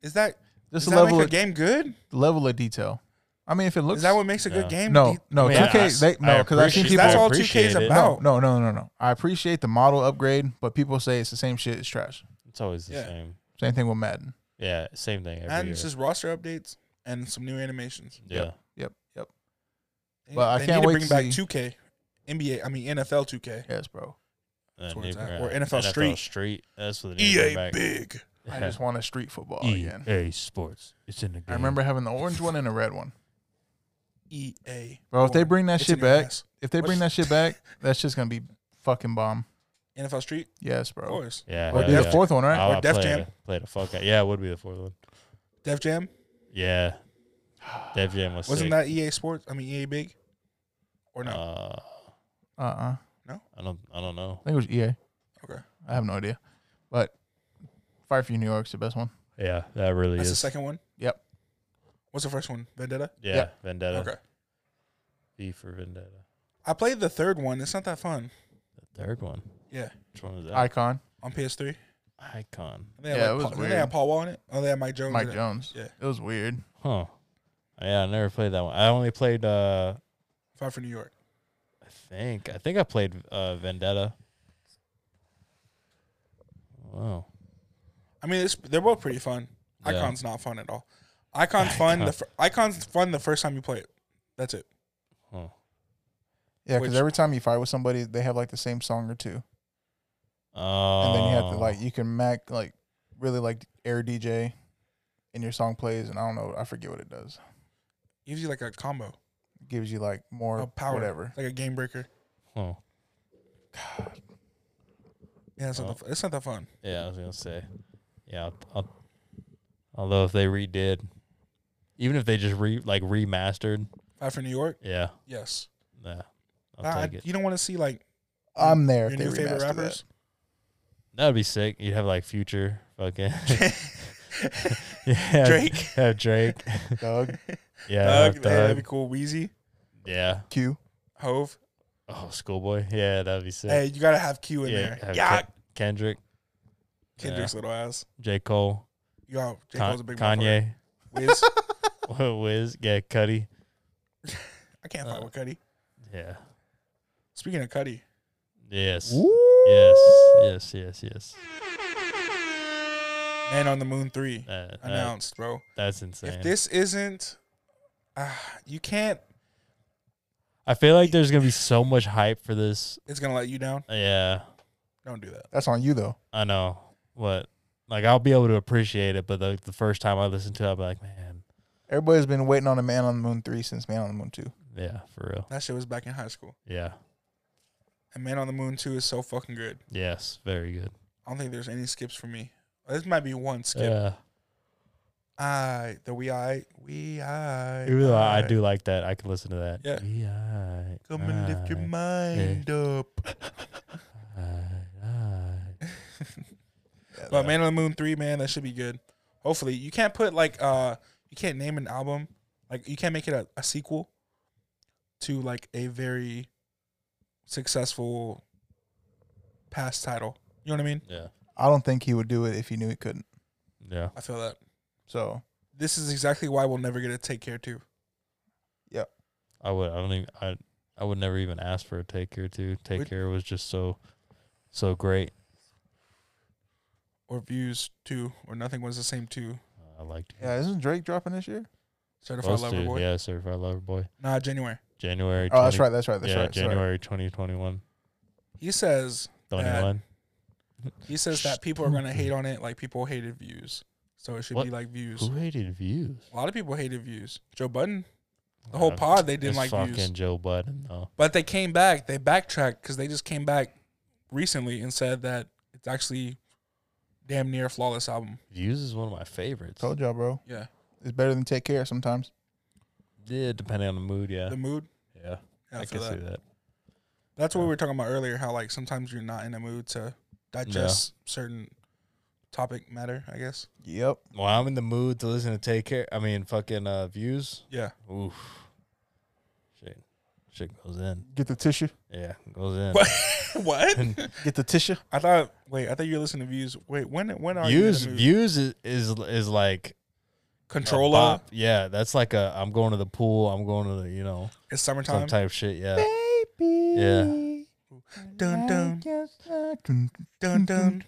is that
[laughs] Just
does
the
that make
level
a
of,
game good?
level of detail. I mean, if it looks
Is that what makes a
No.
good game?
no, no,
I mean,
2K,
I-
they, no, because I've seen people.
That's all 2K is
no,
about.
no, no, no, no. I appreciate the model upgrade, but people say it's the same shit. It's trash.
It's always the
Yeah.
same.
Same thing with Madden.
Yeah, same thing every
and
year.
it's just roster updates and some new animations.
yeah,
Yep, yep.
They,
But I
they
can't
need to
wait to
bring
see-
back 2K, NBA. I mean NFL 2K.
Yes, bro.
And
That's where it's
they-
at.
uh,
Or NFL Street.
Street. That's what they need to bring
EA
back.
E big.
I
[laughs]
just want a street football again.
EA Sports. It's in the game.
I remember having the orange one and the red one.
EA.
Bro, if they
Or
bring that
E Oh, it's
shit
in your
back,
ass.
if they bring that shit back, that's just gonna be fucking bomb.
NFL Street,
Yes,
of
bro.
course.
Yeah,
Or
hell
do
yeah.
the fourth one, right?
I'll
Or Def
play
Jam.
the- Play the fuck out. Yeah, it would be the fourth one.
Def Jam
Yeah, Def Jam was.
wasn't
sick.
that EA Sports? I mean EA big, or no?
Uh,
Uh, uh
I don't. I don't know.
I think it was EA.
okay,
I have no idea, but Fire for New York's the best one.
Yeah, that really
that's the
is.
second one.
Yep.
What's the first one? Vendetta.
yeah,
yeah.
Vendetta.
Okay,
V for Vendetta.
I played the third one. It's not that fun.
The third one.
Yeah,
Which one is that?
Icon,
on PS3.
Icon.
They had
Yeah,
like,
it was
Paul, didn't They
weird.
had Paul Wall in it. Oh, they had Mike Jones.
Mike
in it.
Jones.
Yeah.
It was weird.
Huh. Yeah, I never played that one. I only played uh
Five for New York.
I think I think I played uh Vendetta. Wow.
I mean, it's, they're both pretty fun.
Yeah.
Icon's not fun at all.
[laughs]
Icon's fun. The fir- Icon's fun the first time you play it. That's it.
Huh.
Yeah, because
Which-
every time you fight with somebody, they have like the same song or two,
Oh.
and then you have to like you can mac like really like air DJ, and your song plays, and I don't know, I forget what it does.
Gives you like a combo,
It gives you like more
a Oh, power,
whatever.
like a game breaker.
Huh.
Yeah, it's,
Oh.
not, that, fu- it's not that fun.
Yeah, I was gonna say. Yeah. I'll, I'll, although if they redid Even if they just re like remastered.
Five for New York.
Yeah.
Yes.
Yeah. I'll
I,
take it.
you don't want to see like
I'm there.
your
If they
new favorite
rappers.
rappers.
That'd be sick. You'd have like future
[laughs]
fucking [laughs] yeah,
Drake.
[laughs] Have Drake.
[laughs]
Doug,
Yeah.
Thug,
have
yeah, that'd be
Thug.
cool. Wheezy,
Yeah.
Q.
Hove.
Oh, schoolboy. Yeah, that'd be sick.
Hey, you gotta have Q in
yeah.
there.
have
Yeah,
Ken- Kendrick.
Kendrick's little ass.
J. Cole.
Yo, J.
Con-
Cole's a big motherfucker. Wiz.
Kanye. [laughs] Wiz. Yeah. Cuddy.
I can't fight with Cuddy.
Yeah.
Speaking of Cuddy,
Yes. Yes. Yes. Yes. Yes.
Man on the Moon Three
That- that-
announced, bro.
that's insane.
If this isn't, uh, you can't.
I feel like
[laughs]
there's gonna be so much hype for this.
It's gonna let you down.
Yeah.
Don't do that.
That's on you though.
I know. What? Like I'll be able to appreciate it, but the, the first time I listen to it, I'll be like, man,
Everybody's been waiting on a Man on the Moon three since Man on the Moon two.
yeah, for real.
That shit was back in high school.
Yeah.
And Man on the Moon Two is so fucking good.
Yes. Very good.
I don't think there's any skips for me. This might be one skip.
Yeah.
I the we I we I.
Even though uh, I, I do like that, I can listen to that.
Yeah.
Be alright,
Come and lift your
alright, [laughs]
mind up.
alright, alright.
Yeah,
But Man on the Moon Three, man, that should be good. Hopefully, you can't put like uh, you can't name an album like you can't make it a, a sequel to like a very successful past title. You know what I mean?
Yeah.
I don't think he would do it if he knew he couldn't.
Yeah.
I feel that
So
this is exactly why we'll never get a Take Care Two.
I would. I don't even. I. I would never even ask for a take care too. Take
Would-
care was just so, so great.
or Views Two or Nothing Was the Same Two.
I liked. it.
yeah, isn't Drake dropping this year?
Certified
Those
Lover
two,
Boy.
yeah, Certified Lover Boy,
Nah, January.
January.
Oh, that's
20
right. That's right. That's
yeah,
right. sorry.
January 2021.
He says That-
21.
he says that people are gonna hate on it like people hated Views, so it should be
What?
like Views.
Who hated views?
A lot of people hated Views. Joe Budden, the whole
Uh,
pod, they didn't
it's
like
fucking
Views.
Joe Budden. though.
But they came back. They backtracked because they just came back recently and said that it's actually damn near a flawless album.
Views is one of my favorites.
Told y'all, bro.
Yeah,
It's better than Take Care sometimes.
Yeah, depending on the mood. Yeah,
the mood.
yeah,
Yeah, I,
I
feel
can
that.
see that.
That's what
Yeah.
we were talking about earlier. How like sometimes you're not in a mood to digest certain topic matter. I guess.
Yep.
Well, I'm in the mood to listen to Take Care. I mean, fucking uh, views.
Yeah.
Oof, shit, shit goes in.
Get the tissue.
Yeah, goes in.
What?
[laughs]
what?
Get the tissue.
I thought. Wait, I thought you were listening to Views. Wait, when? When are
Views,
you? in the mood?
views is is, is like a
Controller.
bop. Yeah, that's like a I'm going to the pool. I'm going to the you know
It's
some
summertime.
type shit.
[laughs]
Yeah,
Baby.
Yeah.
Dun, dun.
dun,
Dun dun
dun,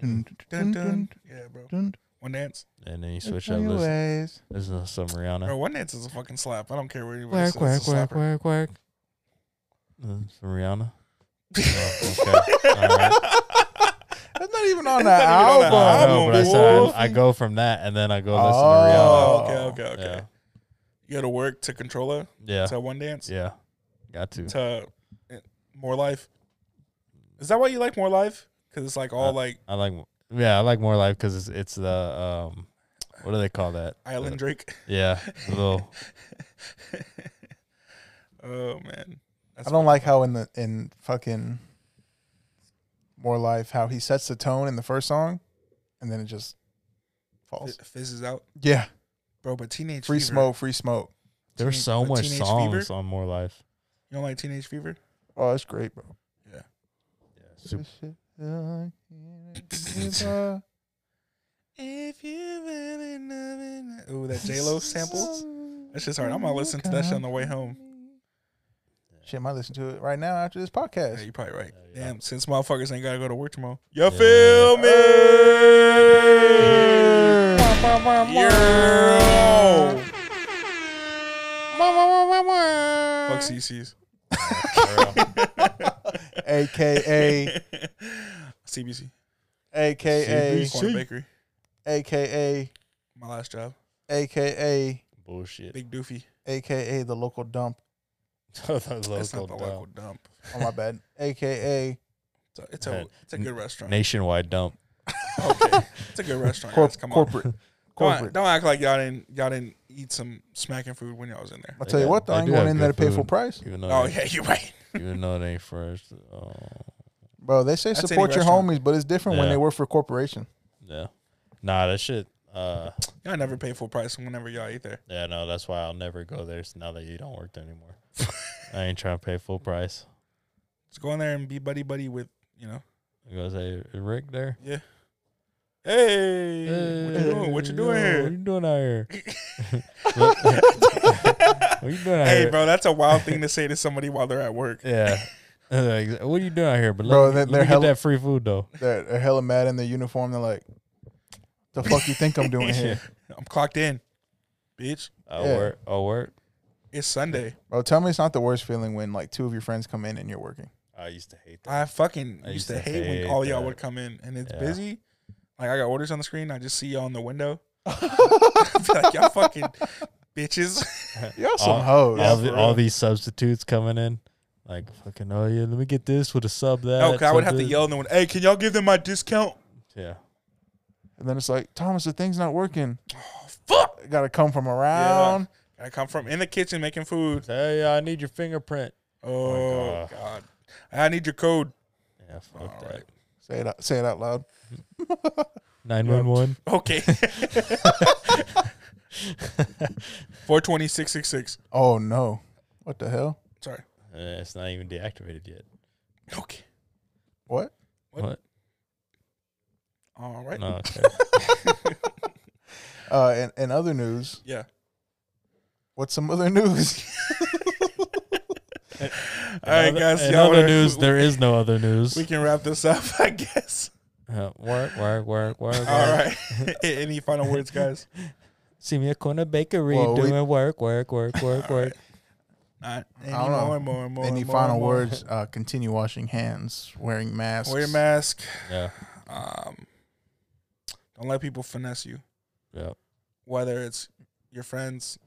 Hmm.
dun,
dun dun.
Mm-hmm.
Yeah, bro. One dance.
and then you switch up. Listen,
Anyways.
listen to some
Bro,
Rihanna.
one dance is a fucking slap. I don't care what anybody
Quack
says.
quack
it's a
quack
slapper.
quack quack. Uh, Some Rihanna. Oh, okay. All right.
That's not even
[laughs]
on
It's not even
the
on the
album.
I know,
album,
but I
Wolf.
said I, I go from that and then I go listen
Oh.
Oh, okay, okay,
to Rihanna.
okay. You go to work to controller
Yeah. Yeah.
to one dance
yeah. Got to.
to uh, more life. Is that why you like more life? Because it's like all
Uh,
like
I like yeah, I like more life because it's it's the um what do they call that?
Island
The-
Drake. [laughs]
yeah. the little
Oh man, That's
I don't like how in the in fucking more life how he sets the tone in the first song, and then it just falls.
F- fizzes out,
Yeah,
bro. But teenage
free
fever.
smoke, free smoke.
there's
Teen-
so
but
much
Teenage
songs
Fever?
on More Life.
You don't like teenage fever?
Oh, that's great, bro.
Yeah. Super,
uh,
If you really know it. Ooh, that J Lo sample. That's just hard. I'm gonna listen to that shit on the way home.
Shit, I might listen to it right now after this podcast.
Yeah, you're probably right.
Yeah, yeah.
Damn, since motherfuckers ain't gotta go to work tomorrow. You
Yeah.
feel me? Yeah. Fuck CCs. [laughs]
AKA,
CBC.
AKA,
CBC.
Corner Bakery.
AKA,
My last job.
AKA,
[laughs] Bullshit. [laughs]
Big Doofy.
AKA the local dump.
The
That's
local
not the
dump.
local dump.
Oh, my bad. [laughs] AKA
It's a it's a,
Right.
it's a good restaurant.
Nationwide dump. [laughs]
Okay. It's a good restaurant.
corp-
guys, Come on.
corporate.
Don't,
corporate.
don't act like y'all didn't y'all didn't eat some smacking food when y'all was in there.
I'll tell you what, though,
They
I ain't
do
going
have
in there to
good
pay full
food.
price.
Even though,
Oh
they-
yeah, [laughs] you're right.
even though it ain't fresh. Oh,
Bro, they say
That's any
support your
restaurant.
homies, but it's different when
Yeah.
they work for a corporation.
yeah. Nah, that shit. Uh,
Y'all never pay full price whenever y'all eat there.
yeah, no, that's why I'll never go there. s- Now that you don't work there
[laughs]
anymore, I ain't trying to pay full price.
Just go in there and be buddy buddy with you know.
I go say Rick there.
Hey, what you doing? What you doing
yo, What
here?
you doing
[laughs]
out here? what [laughs] you doing out
Hey,
here?
bro, that's a wild thing to say to somebody while they're at work.
Yeah. [laughs] Like, what are you doing out here? But
Bro,
let, me-
they-
let me
they're
get
hella-
that free food though.
They're, they're hella mad in their uniform. They're like, the fuck you think
[laughs]
I'm doing here?
I'm clocked in, bitch.
I'll
Yeah.
work. I'll work.
It's Sunday.
Bro, tell me it's not the worst feeling when like two of your friends come in and you're working.
I used to hate that.
I fucking
I
used to hate when all y'all
that.
would come in and it's
Yeah.
busy. Like I got orders on the screen, I just see y'all in the [laughs] window. Be like y'all fucking bitches. Uh,
Y'all some
All-
hoes.
all,
for
the,
real.
all these substitutes coming in, like fucking. Oh yeah, let me get this with a sub that.
No, 'cause I would have
sub
to
this."
yell in the window. Hey, can y'all give them my discount?
Yeah.
And then it's like, Thomas, the thing's not working.
Fuck.
It gotta come from around.
I come from in the kitchen making food.
Hey, I need your fingerprint.
Oh,
Oh,
god. I need your code.
Yeah, fuck
All
that.
right.
Say it out say it out loud.
Nine one one.
Okay. [laughs]
[laughs]
Four twenty six six six.
Oh no. What the hell?
Sorry.
It's not even deactivated yet.
Okay.
What?
What?
What?
All right.
No.
[laughs]
Okay.
Uh and, and other news.
Yeah.
What's some other [laughs] news?
All right, guys.
In
y'all
other
wanna-
news, there is no other news.
We can wrap this up, [laughs] I guess.
[laughs] Uh, work, work, work, work. work.
All right. [laughs] Any final words, guys?
[laughs] See me at Corner Bakery
Well, we-
doing work, work, work, work, work.
Not [laughs] any
don't know.
more, more, more.
Any
more,
final
more.
words? Uh continue washing hands, wearing
[laughs]
masks.
Wear your mask.
Yeah.
Um, don't let people finesse you.
Yeah.
Whether it's your friends,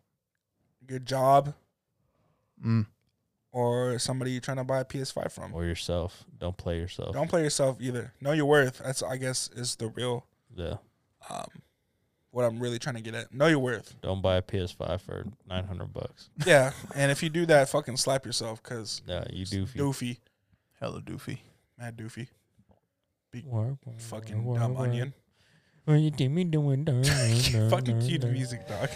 your job,
Mm.
or somebody you're trying to buy a PS5 from.
Or yourself. Don't play yourself.
Don't play yourself either. Know your worth. That's I guess is the real
Yeah.
um, what I'm really trying to get at. Know your
[laughs]
worth.
Don't buy a PS5 for 900 bucks.
Yeah, and if you do that, fucking slap yourself because
Yeah, you do feel.
doofy,
Hella doofy.
mad doofy,
Work, work,
fucking
work,
dumb
work.
onion.
When you see me
[laughs]
doing
fucking cue the music,
[laughs]
dog.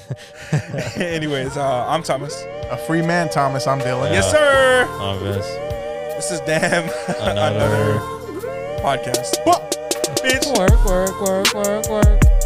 [laughs] Anyways, uh, I'm Thomas.
A free man, Thomas, I'm Dylan.
Yes, sir.
Oh, yes.
This is damn [laughs]
Another.
another podcast. Bitch.
Work, work, work, work, work.